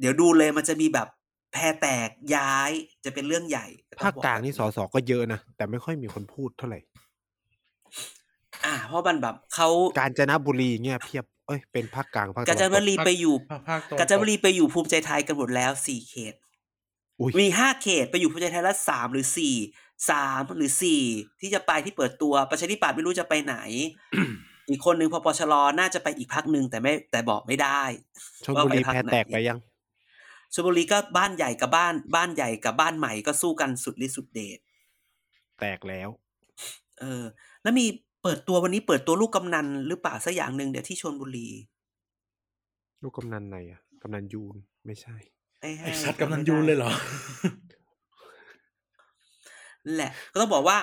Speaker 4: เดี๋ยวดูเลยมันจะมีแบบแพรแตกย้ายจะเป็นเรื่องใหญ่
Speaker 3: ภาคกลางนี่ส
Speaker 4: อ
Speaker 3: อสอก็เยอะนะ แต่ไม่ค่อยมีคนพูดเท่าไหร่
Speaker 4: อ่า เพราะมันแบบเขา
Speaker 3: กาญจนบุรีเงี้ยเพียบ เอ้ยเป็นภาคกลางภาค
Speaker 4: กาญจนบุรีไปอยู่
Speaker 2: ภาคภาคตอน
Speaker 4: กาญจนบุรีไปอยู่ภูมิใจไทยกันหมดแล้วสี่เขต
Speaker 3: อุ้ย
Speaker 4: มีห้าเขตไปอยู่ภูมิใจไทยแล้วสามหรือสี่สามหรือสี่ที่จะไปที่เปิดตัวประชาธิปัตย์ไม่รู้จะไปไหน อีกคนนึงพอปชรน่าจะไปอีกพักหนึ่งแต่ไม่แต่บอกไม่ได้
Speaker 3: ชลบุรี
Speaker 4: ว่าไปภาค
Speaker 3: แพ้แตก
Speaker 4: ไหน
Speaker 3: ไปยัง
Speaker 4: ชลบุรีก็บ้านใหญ่กับบ้าน บ้านใหญ่กับบ้านใหม่ก็สู้กันสุดฤทธิ์สุดเดช
Speaker 3: แตกแล้ว
Speaker 4: เออ แล้วมีเปิดตัววันนี้เปิดตัวลูกกำนันหรือเปล่าสักอย่างหนึ่งเดี๋ยวที่ชลบุรี
Speaker 3: ลูกกำนันไหนอะกำนันยูนไม่ใช่
Speaker 2: ไอ้ชัดกำนันยูนเลยเหรอ
Speaker 4: แหละ ก็ต้องบอกว่า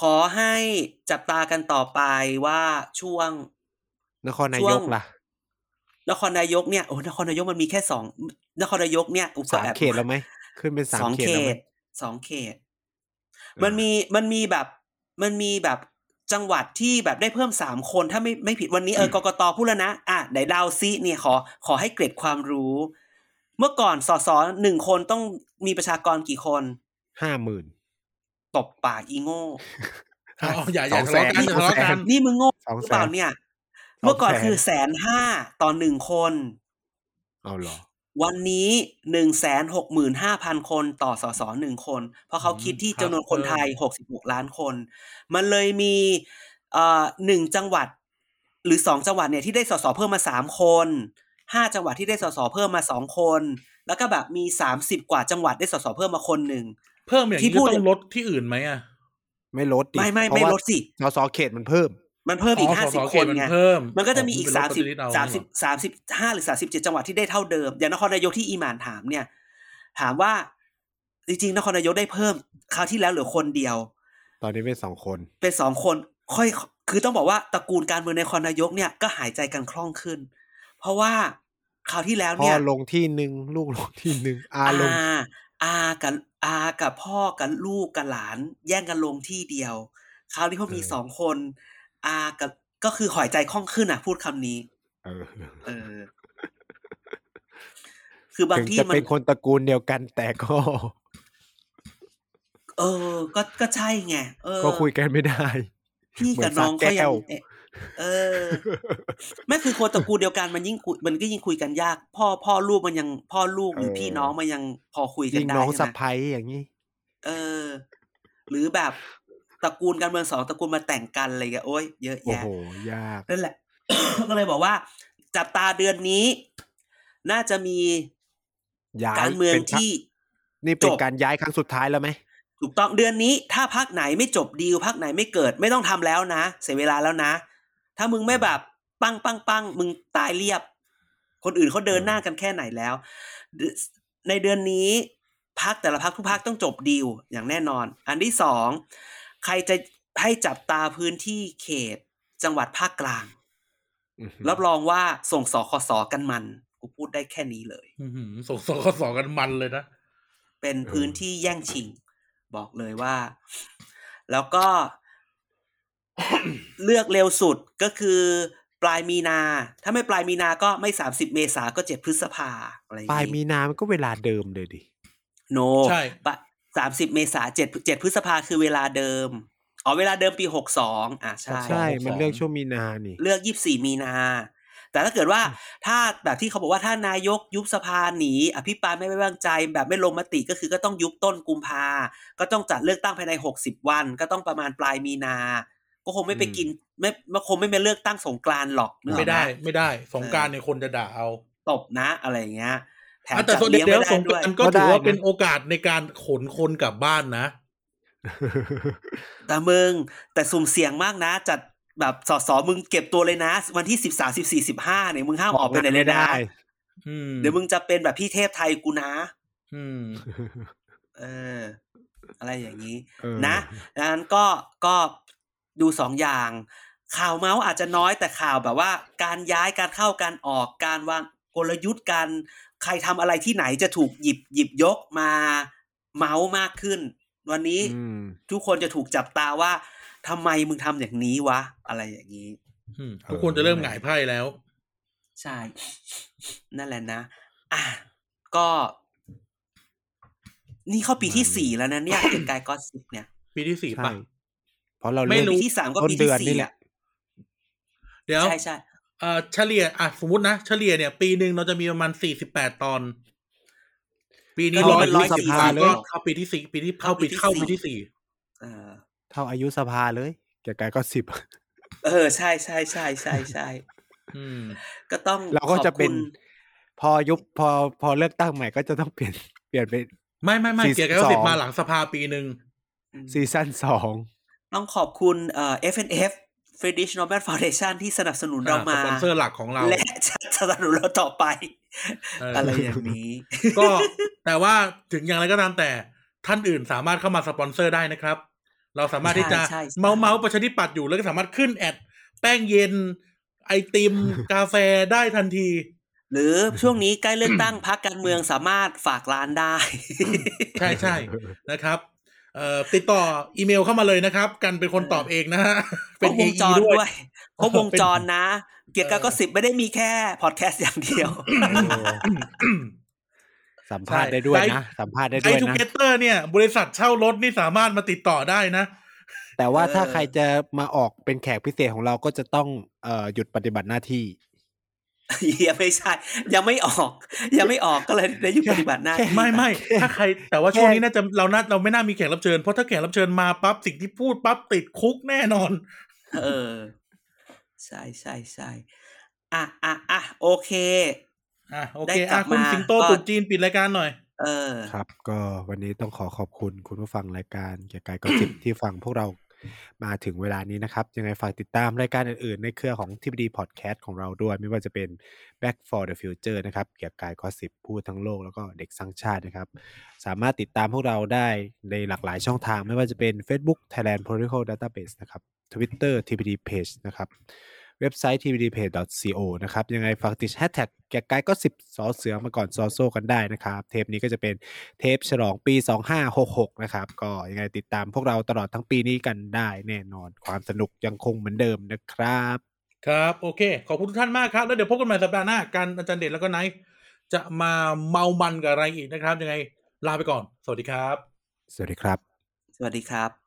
Speaker 4: ขอให้จับตากันต่อไปว่าช่วง
Speaker 3: นครนา
Speaker 4: ช่วยง
Speaker 3: กล่ะ
Speaker 4: นครนายกเนี่ยโอ้นครนายกมันมีแค่สองนครนายกเนี่ยอุป
Speaker 3: สามเขตแล้วไหมขึ้นเป็นสาม
Speaker 4: สอง
Speaker 3: เขต
Speaker 4: เข
Speaker 3: แล้วไหม
Speaker 4: ตสองเขต
Speaker 3: ออ
Speaker 4: มันมีมันมีแบบมันมีแบบจังหวัดที่แบบได้เพิ่มสามคนถ้าไม่ไม่ผิดวันนี้เออกกตพูดแล้วนะ อ่ะไหนดาวซิเนี่ยขอขอให้เกร็ดความรู้ เมื่อก่อนสสหนึ่งคนต้องมีประชากรกี่คน
Speaker 3: ห้าหมื่น
Speaker 4: ตบปากอีโง่
Speaker 2: อ๋ออย่าอย่า
Speaker 3: สงแสน
Speaker 2: ทะเลาะกันอย่าทะเลาะกัน
Speaker 4: นี่มึงโง่
Speaker 3: สอง
Speaker 4: หรือ
Speaker 3: แส
Speaker 4: เปล่าน เนี่
Speaker 3: ส
Speaker 4: ย
Speaker 3: องแสน
Speaker 4: เมื่อก่อนคือแสนห้าต่อหนึ่งคน
Speaker 3: เอาเหรอ
Speaker 4: วันนี้หนึ่งแสนหกหมื่นห้าพันคนต่อสสหนึ่งคน เพราะเขาคิดที่
Speaker 2: ครับ
Speaker 4: จำนวนคน
Speaker 2: เพิ่ม
Speaker 4: ไทยหกสิบหกล้านคน มันเลยมีเอ่อหนึ่งจังหวัด หรือสองจังหวัดเนี่ยที่ได้สสเพิ่มมาสามคนห้าจังหวัดที่ได้สสเพิ่มมาสองคน แล้วก็แบบมีสามสิบกว่าจังหวัดได้สสเพิ่มมาคนหนึ่ง
Speaker 2: เพิ่มอย่าง
Speaker 4: ที่
Speaker 2: นี้
Speaker 4: พูด
Speaker 2: ก็ต้องลดที่อื่นไหมอ่ะ
Speaker 3: ไม่ลดดิ
Speaker 4: ไม่ไม่
Speaker 3: เพ
Speaker 4: ไม่
Speaker 3: ราะว่า
Speaker 4: ลดสิ
Speaker 3: สสเขตมันเพิ่ม
Speaker 4: มันเพิ่มอีกห้าสิบ
Speaker 2: สส
Speaker 4: ค
Speaker 2: เขต
Speaker 4: น
Speaker 2: มัน
Speaker 4: ไง
Speaker 2: เพิ่ม
Speaker 4: มันก็จะมีอีก
Speaker 2: คุณ
Speaker 4: สาม
Speaker 2: ไป
Speaker 4: สิบ
Speaker 2: ลดปฏิทินเอ
Speaker 4: สามสิบสามสิบห้าหรือสาสิบเจ็ดจังหวัดที่ได้เท่าเดิม อย่างนครนายกที่อีหมานถามเนี่ย ถามว่า จริงๆ นครนายกได้เพิ่ม คราวที่แล้วเหลือคนเดียว
Speaker 3: ตอนนี้เป็นสองคน
Speaker 4: เป็นสองคนค่อยคือต้องบอกว่าตระกูลการเมืองในนครนายกเนี่ยก็หายใจกันคล่องขึ้น เพราะว่าคราวที่แล้ว
Speaker 3: พ่อ
Speaker 4: เนี่ย
Speaker 3: ลงที่หนึ่งลูกลงที่หนึ่งอาลง
Speaker 4: อากับอากับพ่อกับลูกกับหลาน แย่งกันลงที่เดียว คราวนี้พอมีสองคนอากับก็คือหายใจคล่องขึ้นอ่ะ พูดคำนี้
Speaker 3: เออ
Speaker 4: เออ (laughs) คือบาง
Speaker 3: ถึง
Speaker 4: ที่
Speaker 3: จะ
Speaker 4: มัน
Speaker 3: เป็นคนตระกูลเดียวกันแต่ก็
Speaker 4: เออ ก็ก็ใช่ไงเออ
Speaker 3: ก็คุยกันไม่ได้
Speaker 4: พี่กับ
Speaker 3: เหมือน
Speaker 4: น้อง
Speaker 3: สา
Speaker 4: ก็
Speaker 3: แก้
Speaker 4: ยัง
Speaker 3: ว
Speaker 4: เออไม่คือคนตระกูลเดียวกันมันยิ่งคุยมันก็ยิ่งคุยกันยาก พ่อพ่อลูกมันยังพ่อลูกหรือพี่น้องมันยังพอคุยกัน
Speaker 3: ยิ่ง
Speaker 4: ได้
Speaker 3: น้อง
Speaker 4: ใช่ไหม
Speaker 3: สะพ้ยอย่างนี้
Speaker 4: เออ หรือแบบตระกูลการเมืองสองตระกูลมาแต่งกันอะไรเงี้ยโอ้ยเยอะ
Speaker 3: โอ้
Speaker 4: แยะ
Speaker 3: โห ยาก
Speaker 4: นั่นแหละ (coughs) ก็เลยบอกว่า จับตาเดือนนี้ น่าจะมี
Speaker 3: ย้าย
Speaker 4: การเมือง
Speaker 3: ป็นพรรค
Speaker 4: ที่
Speaker 3: นี่เป็น
Speaker 4: จบ
Speaker 3: การย้ายครั้งสุดท้ายแล้วไหม
Speaker 4: ถูกต้องเดือนนี้ถ้าพักไหนไม่จบดีลพักไหนไม่เกิดไม่ต้องทำแล้วนะ เสียเวลาแล้วนะ ถ้ามึงไม่แบบปังปังปังมึงตายเรียบ คนอื่นเขาเดินหน้ากันแค่ไหนแล้ว ในเดือนนี้ พักแต่ละพักทุกพักต้องจบดีลอย่างแน่นอน อันที่สองใครจะให้จับตาพื้นที่เขตจังหวัดภาคกลาง
Speaker 3: อือฮึ
Speaker 4: รับรองว่าส่งสคสกันมันกูพูดได้แค่นี้เลย
Speaker 2: อื้อหือส่งสกสกันมันเลยนะ
Speaker 4: เป็นพื้นที่แย่งชิง บอกเลยว่า แล้วก็ (coughs) เลือกเร็วสุดก็คือปลายมีนา ถ้าไม่ปลายมีนาก็ไม่สามสิบเมษาก็เจ็ดพฤษภาอะไรอง
Speaker 3: ปลายมีนามันก็เวลาเดิมเลยดิ
Speaker 4: โน
Speaker 2: ใช่
Speaker 4: สามสิบเมษาเจ็ดเจ็ดพฤษภาคือเวลาเดิมอ๋อเวลาเดิมปีหกสองอ่ะใช่
Speaker 3: ใช่
Speaker 2: ของ
Speaker 3: มันเลือกช่วงมีนานี่
Speaker 4: เลือกยี่สี่มีนา แต่ถ้าเกิดว่าถ้าแบบที่เขาบอกว่าถ้านายกยุบสภาหนี อภิปรายไม่ไว้วางใจ แบบไม่ลงมติก็คือก็ต้องยุบต้นกุมภาก็ต้องจัดเลือกตั้งภายในหกสิบวัน ก็ต้องประมาณปลายมีนา ก็คงไม่ไปกินไม่ไม่คงไม่ไปเลือกตั้งสงกรานต์หรอกนึกออกห
Speaker 2: ไม่ได้ไม่ได้สงกรารเนี่ยคนจะด่าเอา
Speaker 4: ตบนะอะไรอย่างเงี้ยแถม
Speaker 2: อ่ะแต่
Speaker 4: จัด
Speaker 2: ส่วน
Speaker 4: เลี้ยง
Speaker 2: เดี๋
Speaker 4: ไม่
Speaker 2: ยว
Speaker 4: ได้
Speaker 2: สงก
Speaker 4: ด้ว
Speaker 2: ราย รก็ถือว่าเป็นโอกาสในการขนคนกลับบ้านนะ
Speaker 4: แต่มึงแต่สุ่มเสี่ยงมากนะ จัดแบบสสมึงเก็บตัวเลยนะ วันที่สิบสามสิบสี่สิบห้าเนี่ยมึงห้ามออกไปไหนเลยนะ
Speaker 2: อืม
Speaker 4: เดี๋ยวมึงจะเป็นแบบพี่เทพไทยกูนะ
Speaker 2: อืม
Speaker 4: เออ อะไรอย่างนี้
Speaker 3: เออ (laughs)
Speaker 4: นะดังนั้นก็ก็ดูสองอย่าง ข่าวเมาส์อาจจะน้อยแต่ข่าวแบบว่า การย้ายการเข้าการออกการวางกลยุทธ์การใครทำอะไรที่ไหนจะถูกหยิบหยิบยกมาเมาส์มากขึ้น วันนี้
Speaker 3: อืม
Speaker 4: ทุกคนจะถูกจับตาว่าทำไมมึงทำอย่างนี้วะ อะไรอย่างนี้
Speaker 2: อืมทุกคนจะเริ่มหงายไพ่แล้ว
Speaker 4: ใช่ นั่นแหละนะ อ่ะ ก็ นี่เข้าปีที่
Speaker 3: มัน
Speaker 4: สี่แล้วนะ
Speaker 3: (coughs)
Speaker 4: เนี่ยเกียรติกายก็สิบเนี่ย
Speaker 2: ปีที่สี่
Speaker 3: ใช่
Speaker 2: ปะ
Speaker 3: เพราะเรา
Speaker 2: ไม่
Speaker 3: เลือก
Speaker 2: รู้
Speaker 4: ปีที่สามก็
Speaker 3: ต้น
Speaker 4: ปี
Speaker 3: เดื
Speaker 4: ที่
Speaker 3: อนนี่
Speaker 4: สี่
Speaker 3: แห
Speaker 4: อ่ะ
Speaker 3: ละ
Speaker 2: เดี๋ยว
Speaker 4: ใช่ใช่
Speaker 2: เอ่อเฉลี่ยอ่ะสมมตินะเฉลี่ยเนี่ย ปีหนึ่งเราจะมีประมาณสี่สิบแปดตอน ปีนี้
Speaker 3: ก็
Speaker 2: ร้อย
Speaker 3: เป็น
Speaker 2: ร้อย
Speaker 3: 140
Speaker 2: สี่สิบ
Speaker 3: เลย
Speaker 2: ก็เข้าปีที่สี่ปีที่เข้าปีที่เข้าปีที่สี่
Speaker 4: เออ
Speaker 3: เท่าอายุสภาเลยแกไกลก็
Speaker 4: (laughs)
Speaker 3: สิบ
Speaker 4: เออใช่ใช่ใช่ใช่ใช่
Speaker 2: อืม
Speaker 4: ก็ต้อง
Speaker 3: เราก็จะ
Speaker 4: ขอบคุณ
Speaker 3: เป็นพอยุบพอพอเลือกตั้งใหม่ก็จะต้องเปลี่ยนเปลี่ยนเป็น
Speaker 2: ไม่ไม่ไม่
Speaker 3: สี่สิบ
Speaker 2: เกียร์ก็สิบ
Speaker 3: สอง
Speaker 2: มาหลังสภาปีหนึ่ง
Speaker 4: อืม
Speaker 3: ซีซั่นสอง
Speaker 4: ต้องขอบคุณเอ่อ FNF Frederick Nobel Foundation ที่สนับสนุนเรา
Speaker 2: อ่ะส
Speaker 4: มา
Speaker 2: ปอนเซอร์หลักของเรา
Speaker 4: และ (laughs) จะสนับสนุนเราต่อไป
Speaker 2: เอออ
Speaker 4: อะไรอย่างนี้
Speaker 2: ก็ (laughs) แต่ว่าถึงอย่างไรก็ตามแต่ท่านอื่นสามารถเข้ามาสปอนเซอร์ได้นะครับ เราสามารถที่จะ
Speaker 4: ใช่ใช่ใช่
Speaker 2: เมาส์เมาส์ประชาธิปัตย์อยู่แล้วก็สามารถขึ้นแอดแป้งเย็น ไอติม กาแฟได้ทันที (laughs)
Speaker 4: หรือช่วงนี้ใกล้เลือกตั้ง พรรคการเมืองสามารถฝากร้านได้
Speaker 2: ใช่ใช่ นะครับเอ่อติดต่ออีเมลเข้ามาเลยนะครับ กันเป็นคนตอบเองนะฮะ (laughs)
Speaker 4: คร
Speaker 2: เป็น
Speaker 4: บ
Speaker 2: เอ
Speaker 4: วงจร
Speaker 2: ด้
Speaker 4: ด้
Speaker 2: ว
Speaker 4: วย ยครบวงจรนะ เกียรติกาย
Speaker 2: เออ
Speaker 4: ก็สิบไม่ได้มีแค่พอดแคสต์อย่างเดียว (laughs)
Speaker 3: สัมภาษณ์ได้ด้วยนะ สัมภาษณ์ได้
Speaker 2: ไอ
Speaker 3: ด้วย
Speaker 2: ทู
Speaker 3: นะ
Speaker 2: เกเตอร์เนี่ย บริษัทเช่ารถนี่สามารถมาติดต่อได้
Speaker 4: (laughs)
Speaker 2: นะ
Speaker 3: แต่ว่าถ้า
Speaker 4: เออ
Speaker 3: ใครจะมาออกเป็นแขกพิเศษของเราก็จะต้องเอ่อหยุดปฏิบัติหน้าที่
Speaker 4: ยังไม่ใช่ ยังไม่ออก ยังไม่ออกก็เลยได้หยุดปฏิบัติหน้าที่
Speaker 2: ไม่
Speaker 4: (laughs)
Speaker 2: ไม่ถ้าใคร แต่ว่าช่วงนี้น่าจะเราน่าเราไม่น่ามีแขกรับเชิญ เพราะถ้าแขกรับเชิญมาปั๊บสิ่งที่พูดปั๊บติดคุกแน่นอน
Speaker 4: เออ ใช่ใช่ใช่อ่ะอ่ะอ่ะโอเค
Speaker 2: อ่ะโอ
Speaker 4: ได้
Speaker 2: เค
Speaker 4: กลั
Speaker 2: อ่ะ
Speaker 4: บ
Speaker 2: คุณ
Speaker 4: มา
Speaker 2: สิงโตต
Speaker 4: ก็
Speaker 2: รุ๊จีนปิดรายการหน่อย
Speaker 4: เออ
Speaker 3: ครับ ก็วันนี้ต้องขอขอบคุณคุณผู้ฟังรายการเกียร์กายก็สิบ ที่ฟังพวกเรามาถึงเวลานี้นะครับ ยังไงฝากติดตามรายการอื่นๆ ในเครือของที d ดีพอดแคสต์ของเราด้วย ไม่ว่าจะเป็น Back for the Future นะครับเกียร์กายก็สิบพูดทั้งโลกแล้วก็เด็กสร้างชาตินะครับ สามารถติดตามพวกเราได้ในหลากหลายช่องทาง ไม่ว่าจะเป็น Facebook Thailand Protocol Database นะครับ Twitter TPD Page นะครับ เว็บไซต์ tpdpage.co นะครับ ยังไงฝากติดแฮชแท็กแกกไกก็ 10สอเสือมาก่อนซอโซกันได้นะครับ เทปนี้ก็จะเป็นเทปฉลองปี 2566 นะครับ ก็ยังไงติดตามพวกเราตลอดทั้งปีนี้กันได้แน่นอนความสนุกยังคงเหมือนเดิมนะครับ
Speaker 2: ครับ โอเค ขอบคุณทุกท่านมากครับ แล้วเดี๋ยวพบกันใหม่สัปดาห์หน้ากันอาจารย์เดชแล้วก็ไนท์จะมาเมามันกับอะไรอีกนะครับ ยังไงลาไปก่อน สวัสดีครับ
Speaker 3: สวัสดีครับ
Speaker 4: สวัสดีครับ